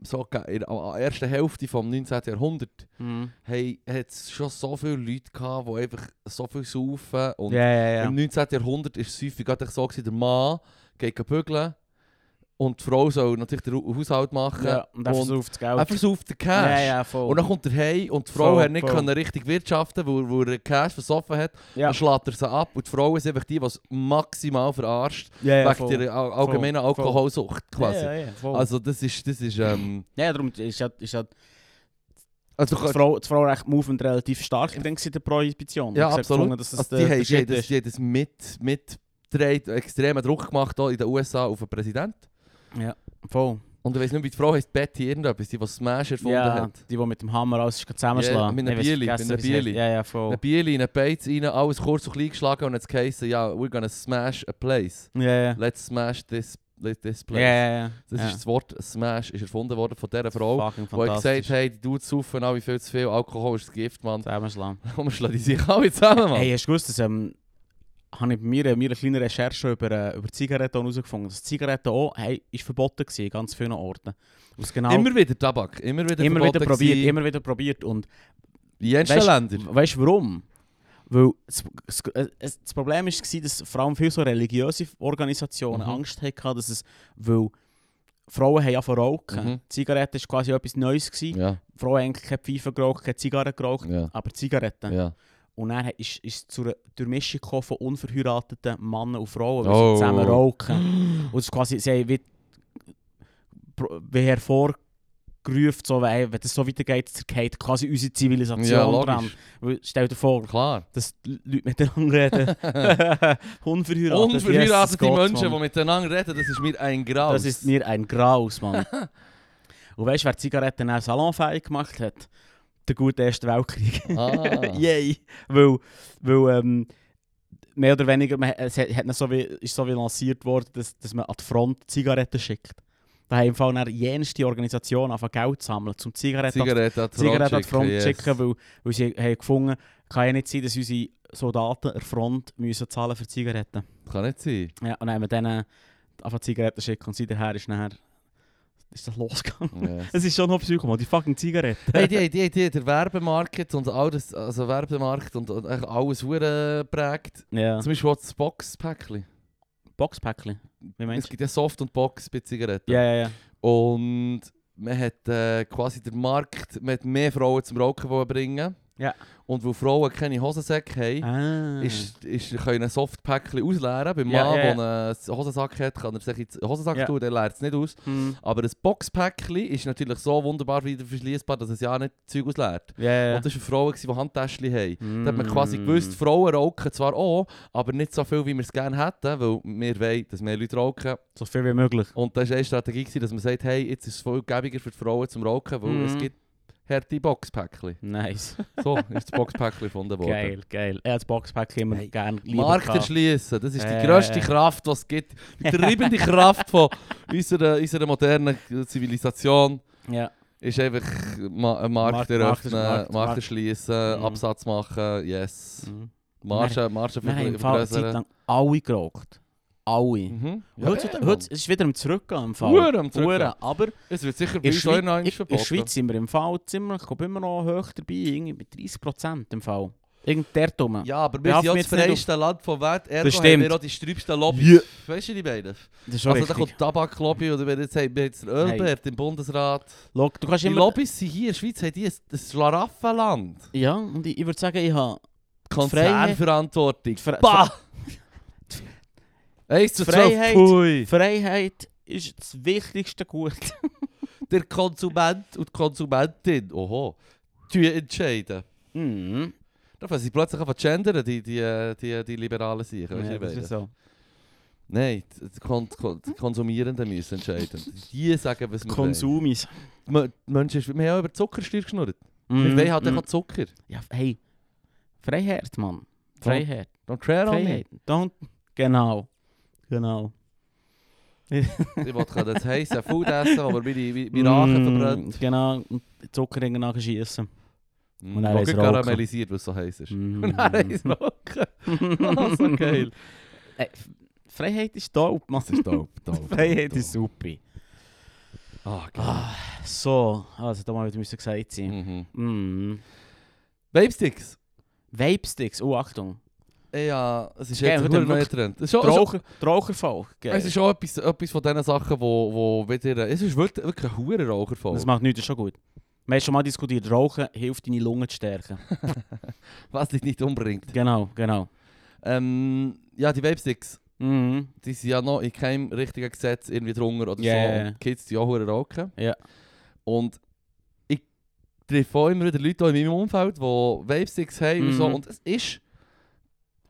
S2: so ge- in der ersten Hälfte des 19. Jahrhunderts
S1: Mhm.
S2: hey, hat es schon so viele Leute gehabt, die einfach so viel saufen. Und
S1: Ja, ja, ja.
S2: Im 19. Jahrhundert war es häufig gerade so, gewesen, der Mann geht bügeln und die Frau soll natürlich den Hu- Haushalt machen.
S1: ja. Und er versucht das Geld.
S2: er versucht den Cash.
S1: Ja, ja, voll.
S2: Und dann kommt er heim und die Frau
S1: Voll,
S2: hat nicht
S1: voll.
S2: können richtig wirtschaften, weil, weil er den Cash versoffen hat.
S1: ja.
S2: Dann schlägt er sie ab und die Frau ist einfach die, die es maximal verarscht.
S1: ja, ja,
S2: wegen
S1: voll.
S2: der all- allgemeinen
S1: Voll, voll.
S2: Alkoholsucht quasi.
S1: Ja, ja, ja, voll.
S2: Also das ist, das ist, ähm,
S1: ja, darum ist ja, ist ja
S2: also,
S1: das, Frau, das Frauenrecht Movement relativ stark in der Prohibition.
S2: ja
S1: Ich habe
S2: absolut.
S1: gefunden, dass das
S2: also,
S1: der-
S2: die,
S1: der
S2: haben, die, haben
S1: eh, Shit
S2: das,
S1: ist.
S2: die haben das mit, mitgedreht, extremen Druck gemacht hier in den USA auf den Präsidenten.
S1: Voll.
S2: Und ich weiß nicht, wie die Frau heißt, Betty irgendetwas, die was Smash erfunden
S1: Ja,
S2: hat.
S1: die, die mit dem Hammer alles zusammenschlagen.
S2: Ja, mit einer
S1: Ich weiss
S2: Bieli,
S1: vergessen,
S2: mit einer
S1: wie sie heißt.
S2: Bieli.
S1: Ja, ja,
S2: Eine
S1: voin.
S2: Bieli, eine Beiz rein, alles kurz und klein geschlagen und jetzt geheißen, ja, we're gonna smash a place.
S1: Ja, ja.
S2: Let's smash this, let this
S1: Ja,
S2: place. dus
S1: ja, ja.
S2: Das
S1: ja.
S2: ist das Wort Smash, ist erfunden worden von dieser Frau,
S1: fucking
S2: die hat gesagt
S1: fantastisch.
S2: hey, die Dudes saufen alle viel zu viel, Alkohol ist das Gift, Mann.
S1: Zusammenschlagen.
S2: Warum schlagen die sich alle zusammen, Mann?
S1: Hey, hast du gewusst, dass ähm, habe ich bei mir, mir eine kleine Recherche über, äh, über Zigaretten herausgefunden dass Zigaretten auch hey, ist verboten war in ganz vielen Orten. Aus genau
S2: Immer wieder Tabak, immer wieder
S1: immer wieder
S2: verboten
S1: probiert,
S2: gewesen.
S1: immer wieder probiert. Und
S2: In jedem
S1: Weißt-
S2: Länder.
S1: weißt du warum? Weil das, das, äh, es- das Problem war, dass vor allem viele so religiöse Organisationen
S2: Mhm.
S1: Angst hatten, dass es, weil Frauen haben ja von rauchen.
S2: Mhm.
S1: Zigaretten war quasi etwas Neues. Gewesen.
S2: Ja,
S1: Frauen haben eigentlich keine Pfeife geraucht, keine Zigarren geraucht,
S2: ja,
S1: aber Zigaretten.
S2: ja.
S1: Und dann hat- ist ist es zu einer Durchmischung gekommen von unverheirateten Männern und Frauen, weil
S2: Oh.
S1: sie zusammen rauchen. und es ist quasi, sie haben wie, pro- wie hervorgerufen, so, weil, wenn das so weitergeht, zergeht quasi unsere Zivilisation
S2: Ja,
S1: dran.
S2: logisch.
S1: Weil, stell dir vor,
S2: Klar.
S1: dass die Leute miteinander reden. Unverheiratet.
S2: Unverheiratete
S1: Jesus Gott,
S2: Menschen,
S1: Mann.
S2: die miteinander reden, das ist mir ein Graus.
S1: Das ist mir ein Graus, Mann. und weißt du, wer Zigaretten auch salonfähig gemacht hat? Der gute Erste Weltkrieg.
S2: Ah.
S1: Yay! Weil, weil ähm, mehr oder weniger, man, es hat, hat dann so wie, ist so wie lanciert worden, dass, dass man an die dus Front Zigaretten schickt. Da haben im Fall dann jenste Organisation angefangen Geld zu sammeln, um Zigaretten an die-
S2: Zigarette an die
S1: Zigaretten an die Front zu
S2: yes.
S1: schicken, weil, weil sie haben gefunden kann ja nicht sein, dass unsere dus Soldaten an der Front müssen zahlen für Zigaretten.
S2: Kann nicht sein.
S1: Ja, und dann haben wir denen einfach Zigaretten schicken und seither ist nachher ist das losgegangen.
S2: Yes.
S1: Es ist schon noch Psycho, Mann, die fucking Zigaretten.
S2: Hey, die, die, die, der Werbemarkt und alles, also Werbemarkt und und eigentlich alles hure prägt.
S1: Ja.
S2: Zum Beispiel auch das Boxpäckchen.
S1: Boxpäckchen. Wie
S2: Es
S1: meinst du?
S2: gibt ja Soft und Box bei Zigaretten.
S1: Ja, ja, ja.
S2: Und man hat äh, quasi den Markt, man hat mehr Frauen zum Rauchen wollen bringen.
S1: Ja.
S2: Und weil Frauen keine Hosensäcke haben,
S1: Ah.
S2: ist, ist, können Softpäckchen ausleeren. Beim
S1: Ja,
S2: Mann,
S1: ja,
S2: der
S1: ja.
S2: einen Hosensack hat, kann er sich in den Hosensack
S1: Ja.
S2: tun, der leert es nicht aus.
S1: Hm.
S2: Aber ein Boxpäckchen ist natürlich so wunderbar wieder verschließbar, dass es ja nicht Zeug ausleert.
S1: Ja, ja.
S2: Und das waren Frauen, die Handtäschchen haben.
S1: mm.
S2: Da hat man quasi gewusst, Frauen rauchen zwar auch, aber nicht so viel, wie wir es gerne hätten, weil wir wollen, dass mehr Leute rauchen.
S1: So viel wie möglich.
S2: Und das war eine Strategie, gewesen, dass man sagt, hey, jetzt ist es voll gäbiger für die Frauen zum Rauchen, weil
S1: Mhm.
S2: es gibt harte Boxpäckchen.
S1: Nice.
S2: So ist das Boxpäckchen gefunden worden.
S1: geil, geil. Er hat das Boxpäckchen immer
S2: Hey,
S1: gerne lieber
S2: Markt
S1: gehabt.
S2: erschließen, das ist
S1: Äh.
S2: die grösste Kraft, die es gibt. Die treibende Kraft von unserer, unserer modernen Zivilisation
S1: Ja.
S2: ist einfach ma äh, einen Markt,
S1: Markt-
S2: eröffnen,
S1: Markt-
S2: Markt,
S1: Markt-
S2: erschließen,
S1: Mhm.
S2: Absatz machen, yes.
S1: Mhm.
S2: Marge, Marge
S1: Wir haben im Fall eine Zeit lang alle geraucht. Alle.
S2: Mhm.
S1: Ja, heute,
S2: ja,
S1: heute es ist wieder im Zurückgehen im Fall.
S2: Hure am Zurückgehen.
S1: Hure, Aber in
S2: Es wird sicher bei
S1: der,
S2: uns auch
S1: Schweiz,
S2: noch
S1: in,
S2: eins
S1: in der
S2: verboten.
S1: Schweiz sind wir im Fall ziemlich, ich glaube, immer noch hoch dabei, irgendwie bei 30% im Fall. Irgend der dumme.
S2: Ja, aber wir
S1: Behaft
S2: sind ja
S1: mich
S2: das
S1: jetzt nicht
S2: freiste Land von Wert. Ergo
S1: Das
S2: haben
S1: stimmt.
S2: wir auch die sträubsten Lobbys.
S1: Ja.
S2: Weißt du die beiden?
S1: Das ist schon
S2: Also da
S1: richtig.
S2: kommt Tabaklobby oder wir jetzt haben wir jetzt den Ölbert im Bundesrat.
S1: Schau, du kannst
S2: Die
S1: immer...
S2: Lobbys sind hier in der Schweiz, haben die ein, ein Schlaraffenland.
S1: Ja, und ich, ich würde sagen, ich habe...
S2: Konzernverantwortung.
S1: Fre-
S2: Bah! 1 zu 12.
S1: Freiheit.
S2: Pui.
S1: Freiheit ist das wichtigste Gut.
S2: Der Konsument und die Konsumentin, oho, die entscheiden.
S1: Mhm.
S2: Da fangen sie plötzlich an zu gendern, die, die, äh, die, die liberalen Sicher.
S1: Ja, das ist so.
S2: Nein, die- die, Kon Kon die Konsumierenden müssen entscheiden. Die sagen, was wir
S1: Konsumis.
S2: wollen. Die Menschen, ist- wir haben auch über die Zuckersteuer geschnurrt. Wir wollen halt einfach Zucker.
S1: Mhm. Ja, hey. Freiheit, Mann. Freiheit.
S2: Don't tread on me.
S1: Freiheit. Don't. Genau. Genau.
S2: Ich wollte gerade das heiße Food essen, wo wir meine, meine, meine
S1: Mm,
S2: Rachen verbrennt.
S1: Genau. Und Zucker in den schießen. Und dann
S2: Wo
S1: ist
S2: gerade
S1: Rauchen.
S2: Mhm. karamellisiert, was so heiß ist. Und
S1: Mhm.
S2: dann ist Rauchen. Oh, so geil.
S1: Freiheit ist dope, Mann.
S2: Das ist dope, dope.
S1: Freiheit ist super.
S2: Ah,
S1: Ah, so, also da mal wieder müssen gesagt sein.
S2: Mhm.
S1: Mm.
S2: Babesticks.
S1: Vape-Sticks, oh Achtung.
S2: Ja, es ist
S1: Geil,
S2: jetzt
S1: heute
S2: verdammt
S1: haben wir
S2: neu Trend. Es ist schon,
S1: Raucher, Raucherfall, geil.
S2: es ist schon etwas, etwas von diesen Sachen, wo, wo wieder... Es ist wirklich wirklich ein hoher Raucherfall.
S1: Das macht nichts, das ist schon gut. Wir haben schon mal diskutiert, Rauchen hilft deine Lungen zu stärken.
S2: Was dich nicht umbringt.
S1: genau, genau.
S2: Ähm, ja, die Babesticks.
S1: Mhm.
S2: die sind ja noch in keinem richtigen Gesetz irgendwie drunter oder
S1: Ja, ja,
S2: so.
S1: ja.
S2: Und die Kids die auch hure rauchen.
S1: Ja.
S2: Und ich treffe auch immer wieder Leute auch in meinem Umfeld, die Vapesticks haben und so.
S1: Mhm.
S2: Und es ist...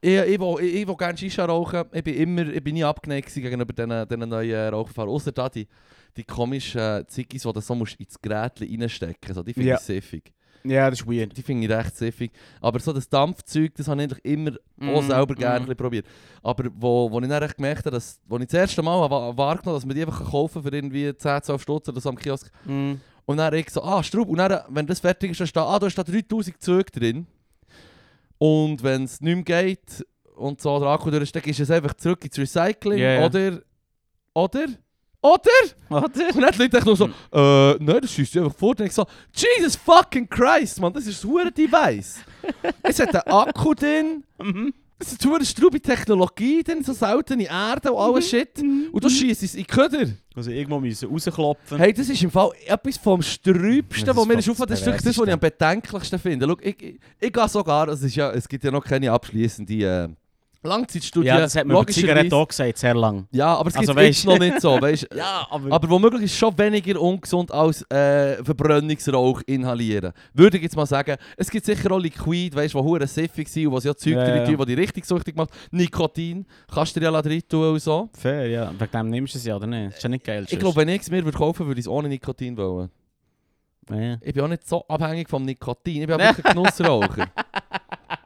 S2: Ich, ich, will, ich, ich will gerne Shisha rauchen. Ich bin immer, ich bin nie abgeneigt gewesen gegenüber diesen, diesen neuen Rauchfahrern. Außer da die, die komischen Ziggis, die du so musst ins Gerät reinstecken So, die finde
S1: Ja.
S2: ich siffig.
S1: Ja, das ist weird.
S2: Die finde ich recht siffig. Aber so das Dampfzeug, das habe ich eigentlich immer
S1: Mhm.
S2: auch selber gerne probiert. Aber wo, wo ich dann echt gemerkt habe, dass, wo ich das erste Mal wa- wahrgenommen habe, dass man die einfach kaufen kann für irgendwie 10, 12 Stutz oder so am Kiosk.
S1: Mhm.
S2: Und dann ich so, ah, Straub. Und dann, wenn das fertig ist, dann steht, ah, da ist da 3000 Züge drin. Und wenn es nicht mehr geht und so der Akku durch ist, dann ist es einfach zurück ins Recycling.
S1: Ja, ja.
S2: Oder, oder, oder?
S1: Oder?
S2: Und dann die Leute echt nur so,
S1: Hm.
S2: äh, nein, das schießt einfach fort. Und ich so, Jesus fucking Christ, Mann, das ist ein hure Device. es hat einen Akku drin.
S1: Mhm.
S2: Das ist eine strube Technologie, denn so seltene Erde und alles Shit. Und du schießt es in die Köder.
S1: Also irgendwo müssen rausklopfen.
S2: Hey, das ist im Fall etwas vom Strübsten,
S1: Das
S2: was
S1: ist
S2: mir ist
S1: voll
S2: aufgefallen Das
S1: das
S2: ist wirklich das, was ich am bedenklichsten finde. Schau, ich, ich, ich gehe sogar, es, ist ja, es gibt ja noch keine abschließende äh, Langzeitstudie.
S1: ja, das hat man über
S2: logischerweise.
S1: Zigaretten auch gesagt, sehr lang.
S2: Ja, aber es
S1: Also
S2: gibt es
S1: weisst-
S2: noch nicht so. Weißt,
S1: Ja,
S2: Aber womöglich ist es schon weniger ungesund als äh, Verbrennungsrauch inhalieren. Würde ich jetzt mal sagen. Es gibt sicher auch Liquid, weißt du, die hure siffig sind und was ja Zeug
S1: Ja,
S2: drin
S1: ja.
S2: tun, die dich richtig süchtig macht. Nikotin kannst du dir ja drin tun und so.
S1: fair, ja. Wegen dem nimmst du es ja, oder nicht? Ist ja nicht geil.
S2: Ich glaube, wenn ich es mir würde kaufen würde, ich es ohne Nikotin wollen.
S1: Ja.
S2: Ich bin auch nicht so abhängig vom Nikotin. Ich bin auch wirklich ein Genussraucher.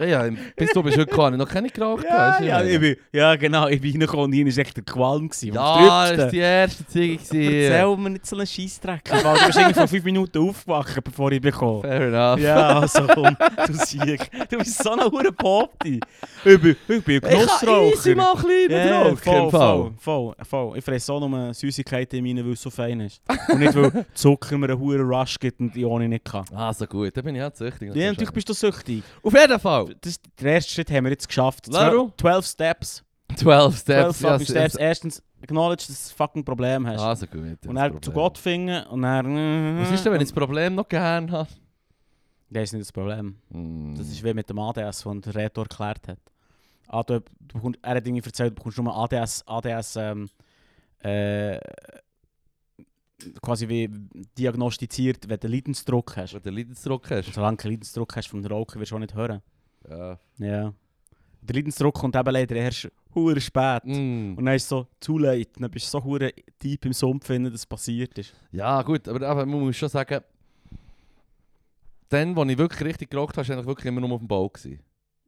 S2: ja, ja, bis du bist heute gekommen, noch keine geraucht.
S1: Ja,
S2: weisst du,
S1: ja,
S2: meine.
S1: ich bin, ja, genau. Ich bin reingekommen und hier war echt der Qualm. Gewesen,
S2: Ja, das war die erste Ziege.
S1: Erzähl mir nicht so einen Scheissdreck, weil du bist irgendwie vor fünf Minuten aufgewacht, bevor ich bekomme.
S2: Fair enough.
S1: Ja, also komm, du siehst. Du bist so ein hoher Popti. Ich bin, ich bin ein
S2: Ich kann easy
S1: Genussraucher.
S2: mal ein bisschen
S1: Ja,
S2: yeah,
S1: voll, voll, voll, voll. Ich fresse auch nur Süßigkeiten in meinen, weil es so fein ist. Und nicht, weil Zucker mir einen hohen Rush gibt und ich ohne nicht kann.
S2: Ah, so gut, dann bin ich auch süchtig.
S1: Ja, natürlich bist du süchtig.
S2: Auf jeden Fall!
S1: Das, den ersten Schritt haben wir jetzt geschafft.
S2: Laro?
S1: 12 Steps. 12
S2: 12 Steps.
S1: fucking Steps. Erstens, acknowledge, dass du ein fucking Problem hast.
S2: Ah, so gut.
S1: und dann zu Gott finden und dann...
S2: Was ist denn, wenn ich das Problem noch gern habe?
S1: Das ist nicht das Problem. Das ist wie mit dem ADS, den der Reto erklärt hat. Ah, du, du bekommst, er hat irgendwie erzählt, du bekommst nur ADS, ADS ähm, äh, quasi wie diagnostiziert, wenn du Leidensdruck hast.
S2: Wenn du Leidensdruck hast.
S1: Und solange du keinen Leidensdruck hast vom Rauchen, wirst du auch nicht hören.
S2: Ja.
S1: Ja. Der Leidensdruck kommt eben leider erst hure spät.
S2: Mm.
S1: Und dann ist es so zu leid. Dann bist du so hure deep im Sumpf, finden, dass es passiert ist.
S2: ja, gut, aber, aber man muss schon sagen, dann, wo ich wirklich richtig geraucht habe, war ich eigentlich wirklich immer nur auf dem Bau. Gewesen.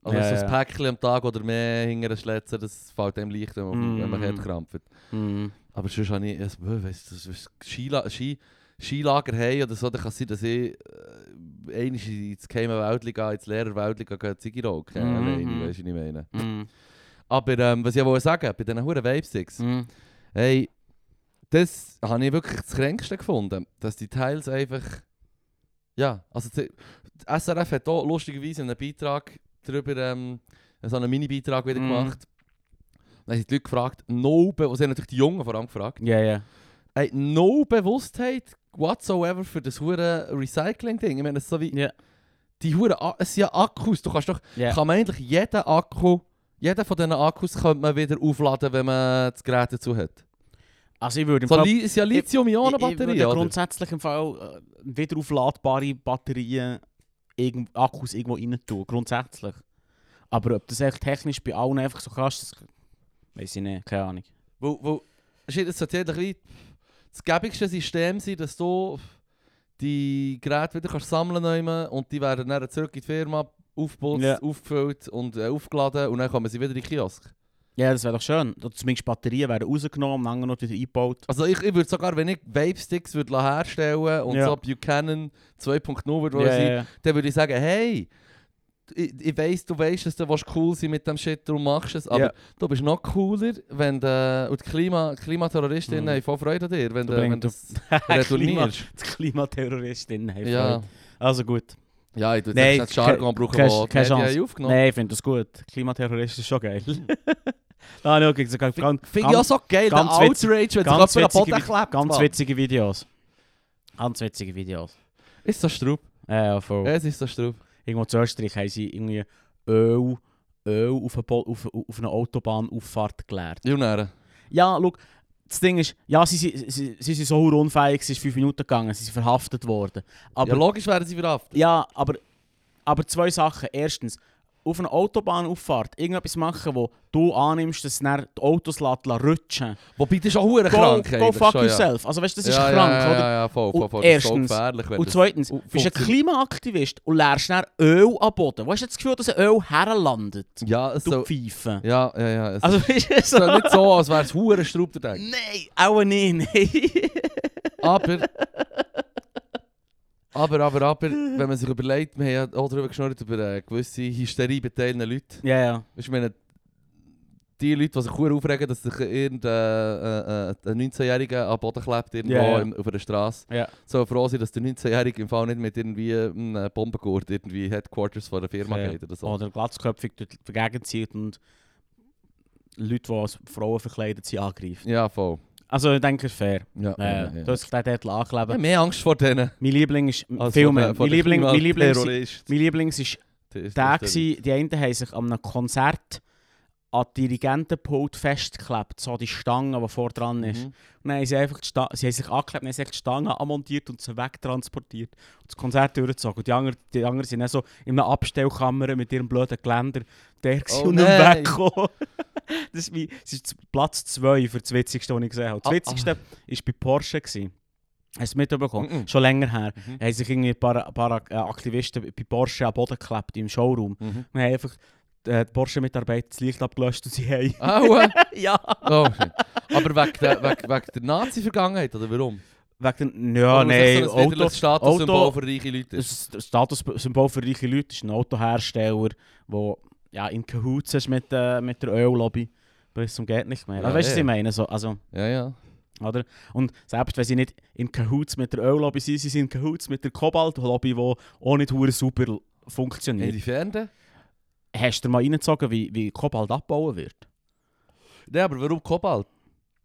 S2: Also
S1: Ja,
S2: so ein
S1: ja.
S2: Päckchen am Tag oder mehr hinter einer Schlätze, das fällt dem leicht, wenn man,
S1: Mm.
S2: wenn man hart krampft.
S1: Mhm.
S2: Aber sonst habe ich, also, weißt du, das ist Skila Ski Skilager haben oder so, dann kann es sein, dass ich äh, einmal ins geheime Wäldli gehe, ins leere Wäldli gehe, gehe Ziggy rauchen.
S1: Mhm.
S2: Alleine, weißt du, was ich meine.
S1: Mhm.
S2: Aber ähm, was ich wollte sagen, bei diesen huren Vapesticks,
S1: Mhm.
S2: hey, das habe ich wirklich das Kränkste gefunden, dass die Teils einfach, ja, also die, die SRF hat auch lustigerweise einen Beitrag darüber, ähm, so einen Mini-Beitrag wieder
S1: Mhm.
S2: gemacht. Dann haben die Leute gefragt, no, be- also sie haben natürlich die Jungen vor allem gefragt,
S1: Ja, ja.
S2: Ey, Äh, no Bewusstheit whatsoever für das hure Recycling-Ding. Ich meine, es ist so wie
S1: Ja.
S2: die hure A- es sind ja Akkus. Du kannst doch,
S1: Ja.
S2: kann man eigentlich jeden Akku, jeden von diesen Akkus könnte man wieder aufladen, wenn man das Gerät dazu hat.
S1: Also ich würde im
S2: So,
S1: Fall-
S2: Li es sind ja
S1: Ich, ich
S2: Lithium-Ionen-Batterien,
S1: würde
S2: oder?
S1: grundsätzlich im Fall äh, wieder aufladbare Batterien, irgend, Akkus irgendwo rein tun, grundsätzlich. Aber ob das echt technisch bei allen einfach so kannst, das weiß ich nicht, keine Ahnung.
S2: Weil, weil, shit, es sollte eigentlich wie das gäbigste System sein, dass du die Geräte wieder kannst sammeln kannst und die werden dann zurück in die Firma aufgeputzt,
S1: Ja.
S2: aufgefüllt und äh, aufgeladen und dann kommen sie wieder in den Kiosk.
S1: Ja, das wäre doch schön. Oder zumindest Batterien werden rausgenommen, lange noch wieder eingebaut.
S2: Also ich, ich würde sogar, wenn ich Vape-Sticks würd la herstellen und
S1: Ja.
S2: so Buchanan 2.0 würde
S1: Ja,
S2: sein,
S1: ja, ja.
S2: dann würde ich sagen, hey, ich, ich weiss, du weißt, dass du willst cool sein mit dem Shit, darum machst du es. Aber
S1: Ja.
S2: du bist noch cooler, wenn du. Und die Klima, Klimaterroristinnen
S1: Mhm.
S2: haben voll Freude an dir, wenn
S1: Du
S2: du, wenn
S1: bringst
S2: du das retournierst.
S1: Die Klimaterroristinnen haben
S2: Ja.
S1: Freude. Also gut.
S2: ja, ich tue
S1: Nein,
S2: jetzt nicht Jargon
S1: ke-
S2: brauchen,
S1: keine-
S2: wo die
S1: keine
S2: Medien
S1: Chance.
S2: haben aufgenommen
S1: Nein, ich finde das gut. Klimaterrorist ist schon geil. Nein, schau, ich sage, ganz,
S2: Finde ich auch so geil, der
S1: ganz witzig-
S2: Outrage, wenn
S1: ganz
S2: sich jemand am Boden
S1: witzige-
S2: klebt.
S1: ganz
S2: Mann.
S1: witzige Videos. Ganz witzige Videos.
S2: Ist so Straub.
S1: Ja, ja, voll.
S2: Es ist so Straub.
S1: Irgendwo zu Österreich haben sie irgendwie Öl, Öl auf, eine Bo- auf, auf eine Autobahnauffahrt geleert.
S2: Junäre.
S1: Ja, schau, das Ding ist, ja, sie, sie, sie, sie sind so unfähig, es ist fünf Minuten gegangen, sie sind verhaftet worden.
S2: Ja,
S1: Aber, ja,
S2: logisch werden sie verhaftet.
S1: aber, aber zwei Sachen. Erstens, auf einer Autobahnauffahrt irgendetwas machen, wo du annimmst, dass dann die dus Autos lässt, lässt rutschen
S2: Wobei, das ist auch hure
S1: Go,
S2: krank.
S1: go
S2: eigentlich
S1: fuck
S2: schon, ja.
S1: yourself. Also weißt du, das ist
S2: ja,
S1: krank,
S2: ja, ja,
S1: oder?
S2: Ja, ja, voll, voll,
S1: Und
S2: voll. Das ist so
S1: erstens-
S2: gefährlich, wenn
S1: Und
S2: das-
S1: zweitens,
S2: und
S1: du bist ein
S2: funktioniert.
S1: Klimaaktivist und lernst dann Öl am Boden. Wo hast du das Gefühl, dass ein Öl herlandet?
S2: Ja, es
S1: Du
S2: soll...
S1: Pfeife.
S2: Ja, ja, ja. Es
S1: Also ist es
S2: es soll
S1: so?
S2: nicht so, als wäre es hure Straub, der denkt.
S1: Nein, auch nicht, nein.
S2: Aber... Aber, aber, aber, wenn man sich überlegt, wir haben ja auch darüber geschnurrt, über äh, gewisse Hysterie bei teilen Leuten.
S1: Ja, ja.
S2: Weißt du, ich meine, die Leute, die sich hure aufregen, dass sich irgendein äh, äh, ein 19-Jähriger am Boden klebt, irgendwo
S1: Ja, ja.
S2: im- auf einer Straße.
S1: Ja.
S2: So froh sein, dass der 19-Jährige im Fall nicht mit irgendwie einem Bombengurt irgendwie Headquarters von der Firma
S1: Ja. Oh,
S2: geht oder so.
S1: Oder glatzköpfig durch die Gegend zieht und Leute, die als Frauen verkleidet sind, angreift.
S2: Ja, voll.
S1: Also ich denke, fair.
S2: Ja,
S1: Nou Ja,
S2: ja, ja.
S1: Du hast den dort
S2: Ich hab
S1: ankleben.
S2: mehr Angst vor denen.
S1: Mein Liebling ist...
S2: als eh,
S1: viel
S2: vor
S1: mehr.
S2: den- vor
S1: Mein
S2: den
S1: Liebling, mein Lieblings-
S2: Klimaterroristen.
S1: mein Lieblings ist der gsi, die einen haben sich an einem Konzert an die Dirigentenpult festgeklebt, so die Stange, die vor dran ist.
S2: Mhm.
S1: Und dann haben sie, einfach die Sta sie haben sich angeklebt, dann haben sie einfach die Stange anmontiert und sie wegtransportiert. Und das Konzert durchgezogen. Und die anderen, die anderen sind dann so in einer Abstellkammer mit ihrem blöden Geländer der gsi
S2: Oh
S1: und nicht
S2: nein.
S1: weggekommen. das, ist mein, das ist z- Platz 2 für das Witzigste, was ich gesehen habe. Das
S2: Ah, ah.
S1: Witzigste war bei Porsche. Gewesen. Hast du es mitbekommen?
S2: Mhm.
S1: Schon länger her.
S2: Mhm.
S1: Haben sich irgendwie ein paar, ein paar äh, Aktivisten bei Porsche am Boden geklebt im Showroom.
S2: Mhm.
S1: Wir haben einfach äh, die Porsche-Mitarbeiter das Licht abgelöscht und sie haben.
S2: Aua!
S1: ja!
S2: Oh, shit. eh, Aber wegen der, weg, weg der Nazi-Vergangenheit, oder warum?
S1: Wegen der.
S2: Oh,
S1: Ja, nein, Oh, Auto.
S2: Das Statussymbol
S1: Auto- Dus-
S2: für reiche Leute. ist.
S1: Das Statussymbol für reiche Leute ist ein Autohersteller, der ja, in Cahoots ist mit, äh, mit der Öllobby. Bis zum Geht nicht mehr.
S2: Ja,
S1: also, weißt du, was
S2: ja.
S1: ich meine? So, also,
S2: Ja, ja.
S1: oder? Und selbst wenn sie nicht in Cahoots mit der Öllobby sind, sie sind in Cahoots mit der Kobalt-Lobby, die auch nicht hure super l- funktioniert.
S2: Inwiefern denn?
S1: Hast du dir mal reingezogen, wie, wie Kobalt abgebaut wird?
S2: Nein, aber warum Kobalt?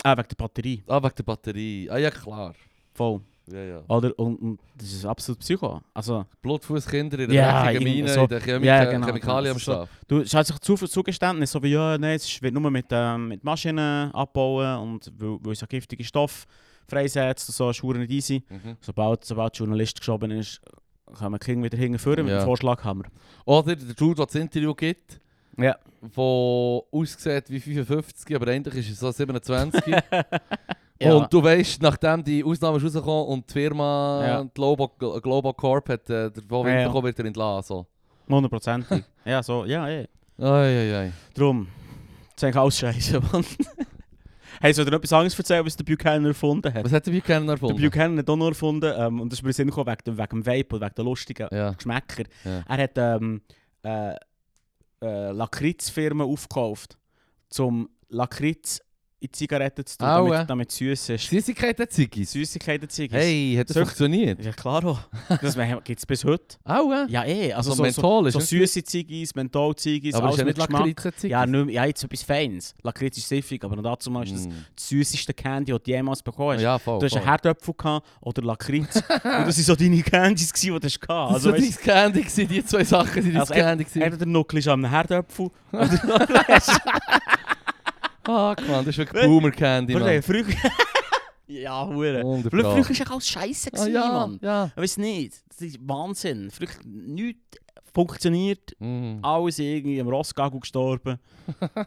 S1: Ah, wegen der Batterie.
S2: Ah, wegen der Batterie. Ah ja, klar.
S1: Voll.
S2: Ja, ja.
S1: Oder? Und, und das ist absolut Psycho. Also,
S2: Blutfußkinder in der
S1: Ja,
S2: dreckigen
S1: irgendwie
S2: Mine,
S1: so.
S2: in eh, der Chemik
S1: Ja, genau, genau.
S2: Chemikalien
S1: So-
S2: am Schlaf.
S1: Du es hat sich zu viel Zugeständnis, so wie, ja, nein, es ist- wird nur mit, ähm, mit Maschinen abbauen und weil, weil es ja giftige Stoffe freisetzt und so, ist verdammt nicht easy.
S2: Mhm.
S1: Sobald, sobald der Journalist geschoben ist, kann man King wieder hingeführen mit
S2: Ja.
S1: dem Vorschlaghammer.
S2: Oder der Dude, der das Interview gibt,
S1: Ja.
S2: wo aussieht wie 55, aber eigentlich ist er so 27.
S1: Ja.
S2: Und du weißt, nachdem die Ausnahme ist rausgekommen und die Firma
S1: Ja.
S2: die Globo, Glo- Globo Corp hat, äh, der Wo
S1: Ja, ja.
S2: ja. wird er entlassen.
S1: Hundertprozentig. ja, so, ja, eh.
S2: So. Eieiei.
S1: Drum, das ist eigentlich alles scheiße, Mann. hey, soll ich dir noch etwas anderes erzählen, was der Buchanan erfunden hat?
S2: Was hat der Buchanan
S1: Der
S2: erfunden?
S1: Buchanan hat auch noch erfunden, ähm, und das ist mir in den Sinn gekommen, wegen, dem- wegen dem Vape und wegen der lustigen
S2: ja.
S1: Geschmäcker.
S2: Ja.
S1: Er hat ähm, äh, äh, Lakritzfirmen aufgekauft, um Lakritz in Zigaretten zu tun,
S2: Au, äh.
S1: damit, damit es süß ist.
S2: Süßigkeit hat Ziggis.
S1: Süßigkeiten Ziggis.
S2: Hey, hat das
S1: Sucht-
S2: funktioniert?
S1: Ja klar auch. Das gibt es bis heute.
S2: Auch, äh?
S1: Ja eh, also
S2: so,
S1: so, so,
S2: Menthol
S1: so
S2: ist nicht-
S1: süße Ziggis, Menthol-Ziggis,
S2: Aber
S1: alles
S2: ist ja
S1: mit
S2: nicht
S1: Geschmack.
S2: Lakritze-Ziggis.
S1: Ja, nicht, ja, jetzt etwas Feines. Lakritz ist siffig, aber noch dazu mal ist das
S2: Mm.
S1: das süßeste Candy, das du jemals bekommen hast.
S2: Ja, voll.
S1: Du hast
S2: voll.
S1: einen Herdöpfel gehabt oder Lakritz. und das waren so deine Candies, die du hast gehabt.
S2: Das war
S1: Also,
S2: dein
S1: weißt,
S2: Candy, gewesen, die zwei Sachen waren dein
S1: Also,
S2: Candy. gewesen.
S1: Entweder der Nuckel ist am Herdöpfel
S2: Fuck, man, Ah, das ist wirklich
S1: Weil-
S2: Boomer Candy,
S1: Oder
S2: man.
S1: früher. ja, Hure. Früher
S2: Wunderbar.
S1: war echt alles scheiße,
S2: Ah,
S1: gewesen,
S2: ja,
S1: Mann.
S2: ja.
S1: Ich weiß nicht. Das ist Wahnsinn. Früher nichts funktioniert.
S2: Mm.
S1: Alles irgendwie am Rossgagel gestorben.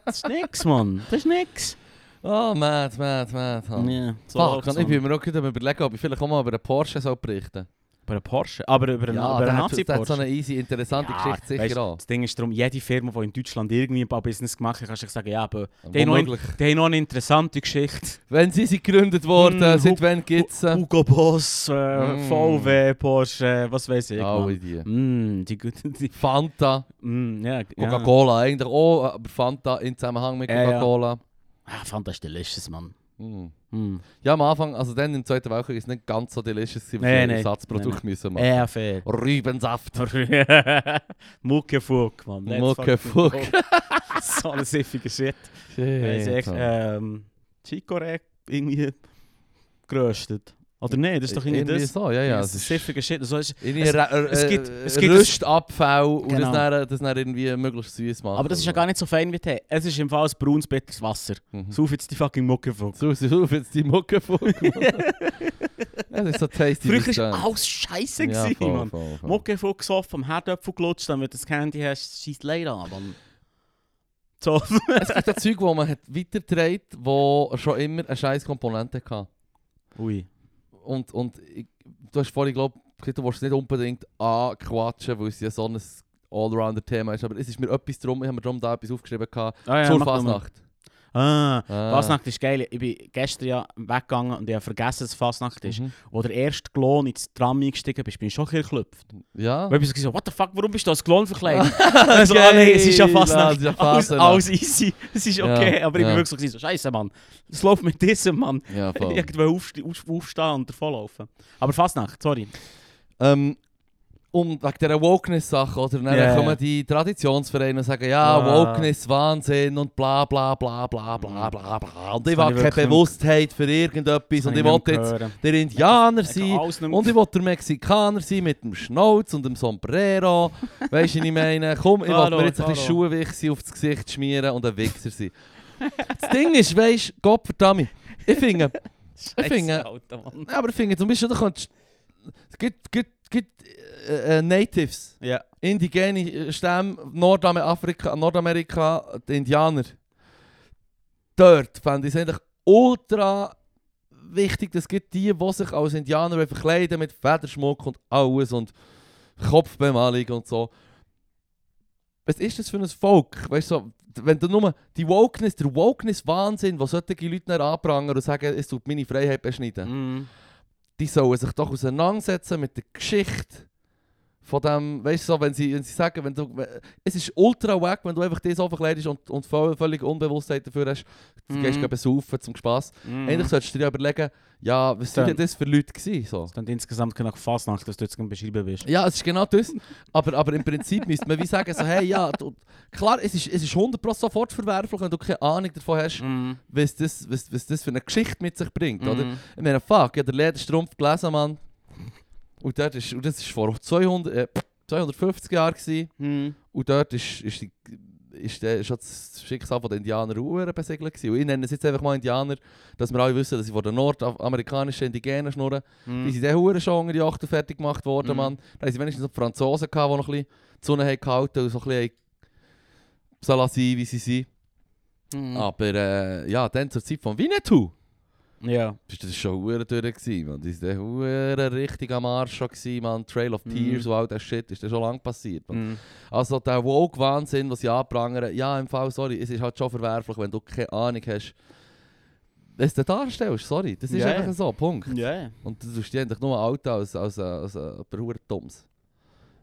S1: Das ist nix, Mann. Das ist nix.
S2: Oh, mad, mad, mad. man.
S1: Ja, so
S2: Fuck,
S1: läuft's,
S2: ich
S1: Mann.
S2: bin mir auch gerade am überlegen, ob ich vielleicht auch mal über den Porsche soll berichten
S1: Über einen Porsche? Ah, Aber über einen,
S2: ja,
S1: über
S2: der
S1: einen
S2: hat, der hat so
S1: Nazi-Porsche?
S2: eine easy, interessante
S1: Ja,
S2: Geschichte sicher
S1: weisst,
S2: auch.
S1: Das Ding ist darum, jede Firma, die in Deutschland irgendwie ein paar Business gemacht hat, kannst du sagen, ja, aber die haben noch, in,
S2: Womöglich.
S1: die haben noch eine interessante Geschichte.
S2: Wenn sie sind gegründet worden,
S1: Hm,
S2: seit
S1: Hu-
S2: wann gibt es sie?
S1: Hugo Boss, äh,
S2: Mm.
S1: VW, Porsche, was weiß ich.
S2: Alle
S1: Mann.
S2: die.
S1: Mm, die guten... Die,
S2: Fanta,
S1: mm, ja, ja.
S2: Coca-Cola eigentlich auch, aber Fanta in Zusammenhang mit
S1: Ja, ja.
S2: Coca-Cola.
S1: Ah, fantastisch, delicious, Mann.
S2: Hm.
S1: Mm.
S2: Ja, am Anfang, also dann im Zweiten Weltkrieg ist es nicht ganz so delicious, gewesen, weil
S1: Nee,
S2: wir ein
S1: nee. Äh.
S2: Ersatzprodukt müssen machen.
S1: Ja, fair.
S2: Rübensaft.
S1: Muckefuck, Mann. Let's
S2: Muckefuck.
S1: fucking go. so ein siffiger Shit. Hij
S2: Shit,
S1: zegt,
S2: Mann.
S1: ehm, Chico Rack irgendwie geröstet. Oder nee, das ist doch irgendwie
S2: Irgendwie
S1: das.
S2: so, ja, ja.
S1: Ja,
S2: Es ist
S1: siffiger Shit. So ist,
S2: irgendwie
S1: Es-
S2: Ra- äh,
S1: es gibt-
S2: äh,
S1: es gibt-
S2: Rüstabfall und das
S1: Genau.
S2: dann, das dann irgendwie möglichst süß machen.
S1: aber das ist ja gar nicht so fein wie Tee. Es ist im Fall ein braunes, bitteres Wasser.
S2: Mhm.
S1: Sauf jetzt die fucking Muckefuck.
S2: So, so auf jetzt die Mucke vor. das ist so tasty.
S1: Früher
S2: wie es
S1: war
S2: klingt.
S1: alles scheisse,
S2: Ja,
S1: gewesen,
S2: voll,
S1: Mann.
S2: voll, voll.
S1: Muckefuck gesoffen, am Herdöpfel gelutscht, dann wenn du das Candy hast, scheiss leider an, Mann. So.
S2: Es gibt auch Zeug, die man hat weiterträgt, wo schon immer eine scheiß Komponente hatte.
S1: Ui.
S2: Und, und ich, du hast vorhin, glaube ich, du willst nicht unbedingt anquatschen, weil es ja so ein Allrounder-Thema ist. Aber es ist mir etwas drum, ich habe mir drum da etwas aufgeschrieben. Gehabt,
S1: Ah,
S2: zur
S1: mach noch mal.
S2: Fasnacht.
S1: Ah,
S2: Ah.
S1: Fasnacht ist geil. Ich bin gestern ja weggegangen und ich habe vergessen, dass Fasnacht ist.
S2: Mhm.
S1: Wo der erste Klon ins Tram eingestiegen bist, bin ich schon hier geklopft.
S2: Ja.
S1: Ah. Weil ich so, what the fuck, warum bist du als Klon verkleidet? also, ah, nee, es ist ja fast
S2: Geil,
S1: nach,
S2: es ist ja
S1: alles,
S2: Fasnacht.
S1: alles easy, es ist okay.
S2: Ja,
S1: aber ich bin
S2: ja.
S1: wirklich so, gewesen, so, scheiße Mann, es läuft mit diesem Mann.
S2: Ja,
S1: Ich
S2: voll.
S1: wollte aufste auf aufstehen und davonlaufen. Aber Fasnacht, sorry.
S2: Ähm, und wegen dieser Wokeness-Sache, oder? Dann
S1: Ja, ja.
S2: kommen die Traditionsvereine und sagen, ja,
S1: Ah. Mm.
S2: Wokeness, Wahnsinn und bla bla bla bla bla bla bla. Und
S1: Das habe ich
S2: ich will keine
S1: wirklich-
S2: Bewusstheit für irgendetwas und ich will jetzt
S1: eh?
S2: der Indianer sein und ich will der Mexikaner sein mit dem Schnauz und dem Sombrero. Weißt du, was ich meine? Komm, ich will
S1: Claro,
S2: mir jetzt ein bisschen
S1: claro.
S2: Schuhwichse aufs Gesicht schmieren und ein Wichser sein. Das Ding ist, weißt du, Gottverdammt, ich finde,
S1: ich
S2: finde-
S1: Mann.
S2: ja, aber ich finde zum Beispiel, du könntest. Es gibt, gibt, gibt äh, äh, Natives,
S1: Ja.
S2: indigene äh, Stämme, Nordamerika, Nordamerika, die Indianer. Dort fände ich es eigentlich ultra wichtig, dass es gibt die, die sich als Indianer wollen verkleiden mit Federschmuck und alles und Kopfbemalung und so. Was ist das für ein Volk? Weißt du, so, wenn du nur die Wokeness, der Wokeness-Wahnsinn, den solche Leute dann anprangern und sagen, es tut meine Freiheit beschneiden
S1: Mm.
S2: die sollen sich doch auseinandersetzen mit der Geschichte von dem, weißt du, so, wenn sie, wenn sie sagen, wenn du, we- es ist ultra wack, wenn du einfach das so verkleidest und, und voll, völlig Unbewusstheit dafür hast, du
S1: Mhm.
S2: gehst gehen besaufen zum Spass.
S1: Mm.
S2: Eigentlich solltest du dir überlegen, ja, was
S1: Dann-
S2: sind denn das für Leute gewesen, so.
S1: Das klingt insgesamt dus nach Fasnacht, dass du jetzt beschrieben bist.
S2: Ja, es ist genau das, aber, aber im Prinzip müsste man wie sagen, so, hey, ja, du, klar, es ist, es ist 100% sofort verwerflich, wenn du keine Ahnung davon hast,
S1: Mm.
S2: was das, was, was das für eine Geschichte mit sich bringt, oder?
S1: Mm.
S2: Ich meine, fuck, ich habe den Lederstrumpf gelesen, Mann. Und, dort ist, und das war vor 200, äh, 250 Jahren. Gewesen.
S1: Mm.
S2: Und dort ist, ist, die, ist, der, ist auch das Schicksal der Indianer Uhren besiegelt. Gewesen. Und ich nenne es jetzt einfach mal Indianer, dass wir alle wissen, dass sie von den nordamerikanischen Indigenen schnurren.
S1: mm.
S2: Die sind dann Uhren schon unter die Achtung fertig gemacht worden,
S1: Mhm.
S2: Mann. Da haben sie wenigstens noch die Franzosen, gehabt, die noch ein bisschen die Sonne haben gehalten und so ein bisschen so lassen, sein, wie sie sind.
S1: Mm.
S2: Aber äh, ja, dann zur Zeit von Winnetou.
S1: Ja.
S2: Bist du schon hure durch gsi, man. Das war hure richtig am Arsch schon gsi, man. Trail of
S1: Mhm.
S2: Tears und all das Shit ist da schon lang passiert, man.
S1: Mm.
S2: Also der woke Wahnsinn, was sie anprangern. Ja, im Fall sorry, es ist halt schon verwerflich, wenn du keine Ahnung hast. Was du darstellst, sorry, das ist
S1: Ja,
S2: einfach
S1: ja.
S2: so, Punkt.
S1: Ja,
S2: Und du tust dich eigentlich nur alt als als eh, als per hure Toms.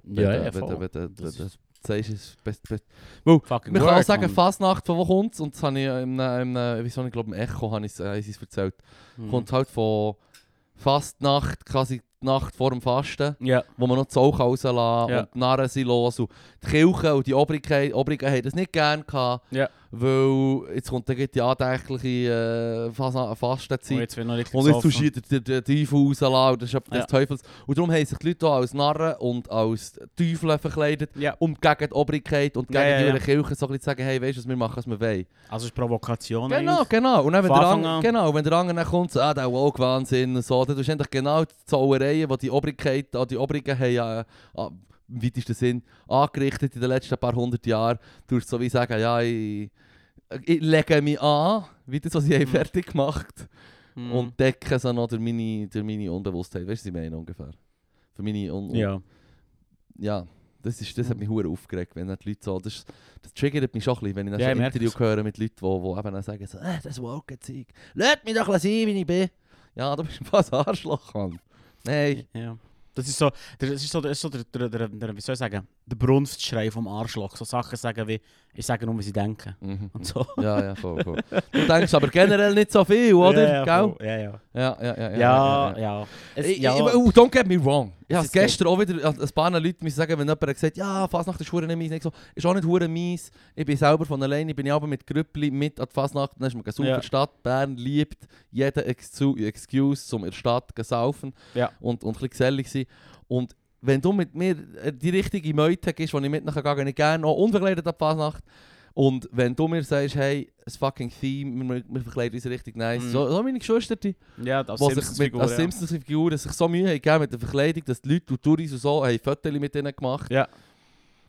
S1: ja.
S2: Wenn du-
S1: Ja,
S2: wenn du-
S1: voll.
S2: wenn du- wenn
S1: Das
S2: du
S1: ist
S2: sagst, es best best.
S1: fucking
S2: Man kann auch
S1: word,
S2: sagen
S1: Mann.
S2: Fasnacht, von wo kommt's und das habe ich im im ich weiß nicht, ich glaube im Echo habe ich es äh, ich's erzählt.
S1: Mhm.
S2: kommt halt von Fastnacht, quasi die Nacht vor dem Fasten,
S1: Ja.
S2: wo man noch die Sauch rauslassen
S1: Ja.
S2: und die Narren sind los. Und die Kirche und die Obrigkeit, Obrigkeit haben das nicht gern gehabt,
S1: Ja.
S2: weil jetzt kommt dann gleich die andächtliche äh, Fasna-
S1: Und
S2: Fastenzeit.
S1: jetzt wird noch richtig
S2: Und jetzt tust
S1: gesoffen.
S2: du hier den- den den Teufel rauslassen, und das ist etwas
S1: Ja.
S2: des Teufels. Und darum haben sich die Leute auch als Narren und als Teufel verkleidet,
S1: Ja.
S2: um gegen die Obrigkeit und gegen
S1: Ja, ja,
S2: die
S1: ja.
S2: ihre Kirche so ein bisschen zu sagen, hey, weißt du, was wir machen, was wir wollen.
S1: Also es ist Provokation
S2: Genau,
S1: eigentlich.
S2: genau. Und dann, wenn
S1: Von
S2: der
S1: Anfang
S2: andere,
S1: an.
S2: genau, wenn der andere dann kommt, so, ah, der Woke-Wahnsinn und so, dann tust du endlich genau die Zauereien, die die Obrigkeit, ah, die Obrigen haben, äh, äh, im weitesten Sinn, angerichtet in den letzten paar hundert Jahren, tust du so wie sagen, ja, eh, ich, ich lege mich an, wie das, was ich mhm.
S1: Mhm.
S2: fertig gemacht
S1: Mhm.
S2: nou und decke es noch durch meine, durch meine Unbewusstheit. Weißt du, was ich meine ungefähr? Für meine Un Un-
S1: Ja.
S2: ja, das,
S1: Hmm.
S2: ist, das hat mich hure aufgeregt, wenn dann die Leute so, das, das triggert mich schon ein bisschen, wenn ich dann
S1: Ja,
S2: so
S1: ich merke
S2: Interview
S1: es.
S2: höre mit Leuten, die wo eben dann sagen, so, äh, das Woken-Zeug, lasst mich doch sein, wie ich bin. Ja, du bist ein paar Arschloch, Mann. Nein.
S1: ja. Das ist so, das ist so, das ist so der, der, der, der, wie soll ich sagen, der Brunftschrei vom Arschloch. So Sachen sagen wie, ich sage nur, was ich denke.
S2: Mhm.
S1: Und so.
S2: Ja, ja, voll, voll. Du denkst aber generell nicht so viel,
S1: Ja,
S2: oder? Gell?
S1: voll. ja, ja.
S2: Ja, ja, ja. ja,
S1: Ja, Eh, ja. Es-
S2: Ich-
S1: ja.
S2: ich- oh, don't get me wrong. Ich
S1: Es
S2: habe
S1: ist
S2: gestern auch wieder an ein paar Leute müssen sagen, wenn jemand hat gesagt ja, Fasnacht ist hure nicht mies. Ich so, ist auch nicht hure mies. Ich bin selber von alleine, ich bin ja aber mit Grüppli mit an die Fasnacht. Dann ist man super
S1: Ja.
S2: Stadt. Bern liebt jeden Exu- Excuse, um in der Stadt zu saufen
S1: Ja.
S2: und, und ein bisschen gesellig sein. Und wenn du mit mir äh, die richtige Meute gibst, die ich mit nachher gehe, gehe ich gerne auch unverkleidet an die Fasnacht. Und wenn du mir sagst, hey, das fucking Theme, wir, wir verkleiden uns richtig nice.
S1: Mhm.
S2: So, so meine Geschwister, die
S1: ja, als
S2: was sich mit
S1: Simpsons-Figur,
S2: als
S1: ja.
S2: Simpsons-Figuren sich so Mühe haben gegeben mit der Verkleidung, dass die Leute und Touris und so haben Fotos mit ihnen gemacht
S1: Ja.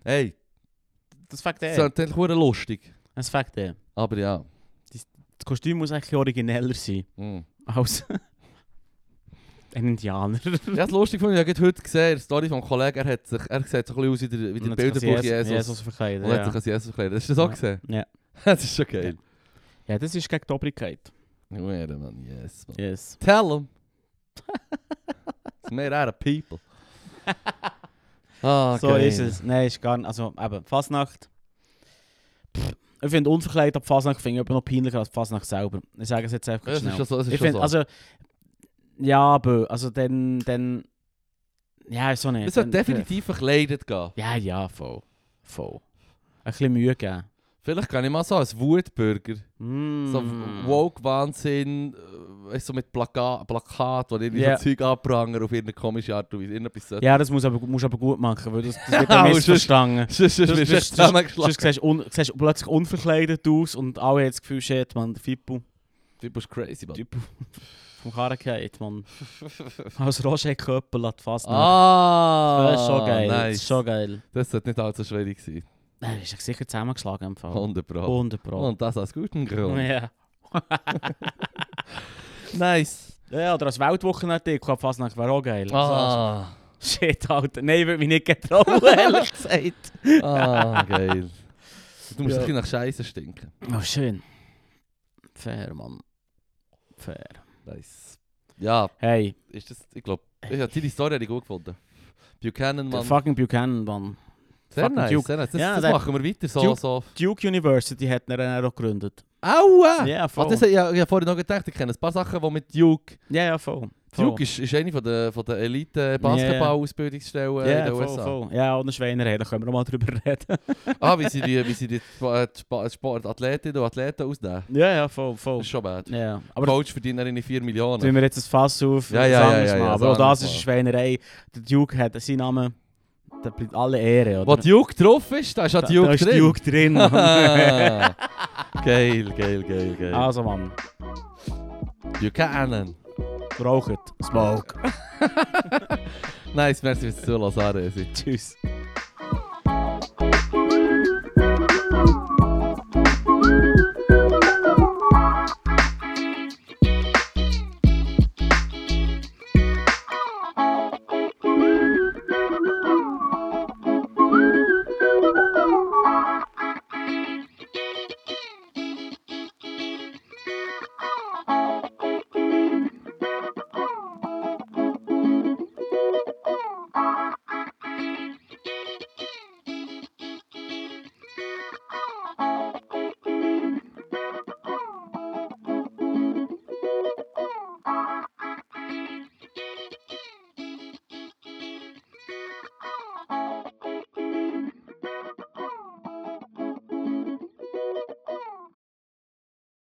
S2: Hey,
S1: Das fängt
S2: das ist
S1: eh.
S2: natürlich verdammt lustig.
S1: Das fängt eh.
S2: Aber ja.
S1: Das Kostüm muss eigentlich origineller sein
S2: Mm.
S1: als ein Indianer.
S2: Ja, das lustig fand ich, ich habe gerade heute gesehen, die Story vom Kollegen, er, hat sich, er sieht so ein bisschen aus wie der, wie der
S1: Und jetzt kann sie
S2: Bilderbuch
S1: Jesus-
S2: Jesus.
S1: Jesus verkleiden,
S2: Und hat
S1: ja.
S2: sich als Jesus verkleidet. Hast du das auch
S1: Ja.
S2: gesehen?
S1: Ja.
S2: das ist schon geil. Oh,
S1: ja, dus das ist gegen Dobrigkeit.
S2: Ja, man, yes, man.
S1: Yes.
S2: Tell him. It's made out of people. Ah,
S1: So
S2: geil.
S1: ist es. Nein, ist gar nicht. Also, eben, Fasnacht. Pff, Ich finde unverkleidet ab Fasnacht finde ich aber noch peinlicher als die Fasnacht selber. Ich sage es jetzt einfach
S2: Das
S1: schnell.
S2: ist schon so. Das ist
S1: ich
S2: schon
S1: finde,
S2: so.
S1: also... Ja, aber, also dann... dann ja, ist so nicht.
S2: das sollte
S1: Dann-
S2: definitiv verkleidet gehen.
S1: Ja, ja, voll. Voll. Ein bisschen Mühe geben.
S2: Vielleicht kann ich mal so als Wutbürger,
S1: Mm.
S2: so Woke-Wahnsinn, äh, weißt du, so mit Plaka Plakat, wo die irgendwie
S1: Ja.
S2: so Zeug anprangern auf irgendeine komische Art und Weise, irgendetwas so.
S1: Ja, das muss aber, musst aber gut machen, weil das, das wird
S2: Ja,
S1: ja
S2: und
S1: missverstanden.
S2: Sonst sonst
S1: Das-
S2: wirst du
S1: das-
S2: echt
S1: das-
S2: zusammengeschlagen.
S1: Sonst siehst du un, siehst du plötzlich unverkleidet aus und alle haben das Gefühl, shit, man, der Fippo,
S2: Du bist crazy, Mann.
S1: Typ vom Karren geht, man. Als Roger Köppel hat fast
S2: Ah!
S1: Das ist schon geil, das
S2: Nice.
S1: ist schon geil.
S2: Das sollte nicht allzu schwierig sein.
S1: Er ist doch sicher zusammengeschlagen im Fall.
S2: 100 Pro.
S1: 100 Pro.
S2: Und das aus gutem Grund.
S1: Ja.
S2: Nice.
S1: ja, oder als Weltwochenartikel hat fast wäre auch geil.
S2: Ah,
S1: Shit, Alter. Nein, ich würde mich nicht getrauen, ehrlich gesagt.
S2: ah geil. Du musst
S1: Ja.
S2: ein bisschen nach Scheiße stinken.
S1: Oh, schön. Fair, Mann. Fair.
S2: Nice. Ja,
S1: Hey,
S2: ist das, ich glaube, ich habe deine Story habe ich gut gefunden. Buchanan,
S1: der
S2: Mann.
S1: fucking Buchanan, Mann.
S2: Sehr
S1: Fucking
S2: nice,
S1: Duke.
S2: sehr nice. Das,
S1: Ja,
S2: das
S1: der-
S2: machen wir weiter so.
S1: Duke-
S2: so.
S1: Duke University hat er dann auch gegründet.
S2: Aua!
S1: Ja,
S2: Ah,
S1: voll.
S2: das, ich, ich habe vorhin noch gedacht, ich kenne ein paar Sachen, die mit Duke...
S1: Ja, ja, voll.
S2: Duke ist, ist eine von der, von der Elite-Basketball-Ausbildungsstellen
S1: Ja,
S2: in den
S1: voll,
S2: USA.
S1: voll. Ja, und ein Schweinerei, da können wir noch mal drüber reden.
S2: Ah, wie sie die, wie sie die, Sp- äh, die, Sp- die Sport Athletinnen und Athleten ausnehmen.
S1: ja, ja, voll, voll.
S2: Das ist schon bad.
S1: Ja,
S2: Aber
S1: aber
S2: Coach verdient dann 4 Millionen.
S1: tun wir jetzt ein Fass auf,
S2: Ja, ja,
S1: das
S2: ja,
S1: anderes
S2: ja, ja,
S1: Mal.
S2: das
S1: Aber auch das
S2: anderes
S1: ist eine
S2: Mal.
S1: Schweinerei. Der Duke hat seinen Namen, da bleibt alle Ehre,
S2: Wo
S1: oder?
S2: Duke drauf ist, da ist auch
S1: da,
S2: Duke
S1: da ist
S2: drin.
S1: Duke drin. Mann.
S2: geil, geil, geil, geil.
S1: also, Mann,
S2: Buchanan.
S1: raucht. Smoke.
S2: Nice, merci fürs Zuhören, Sarah.
S1: Tschüss.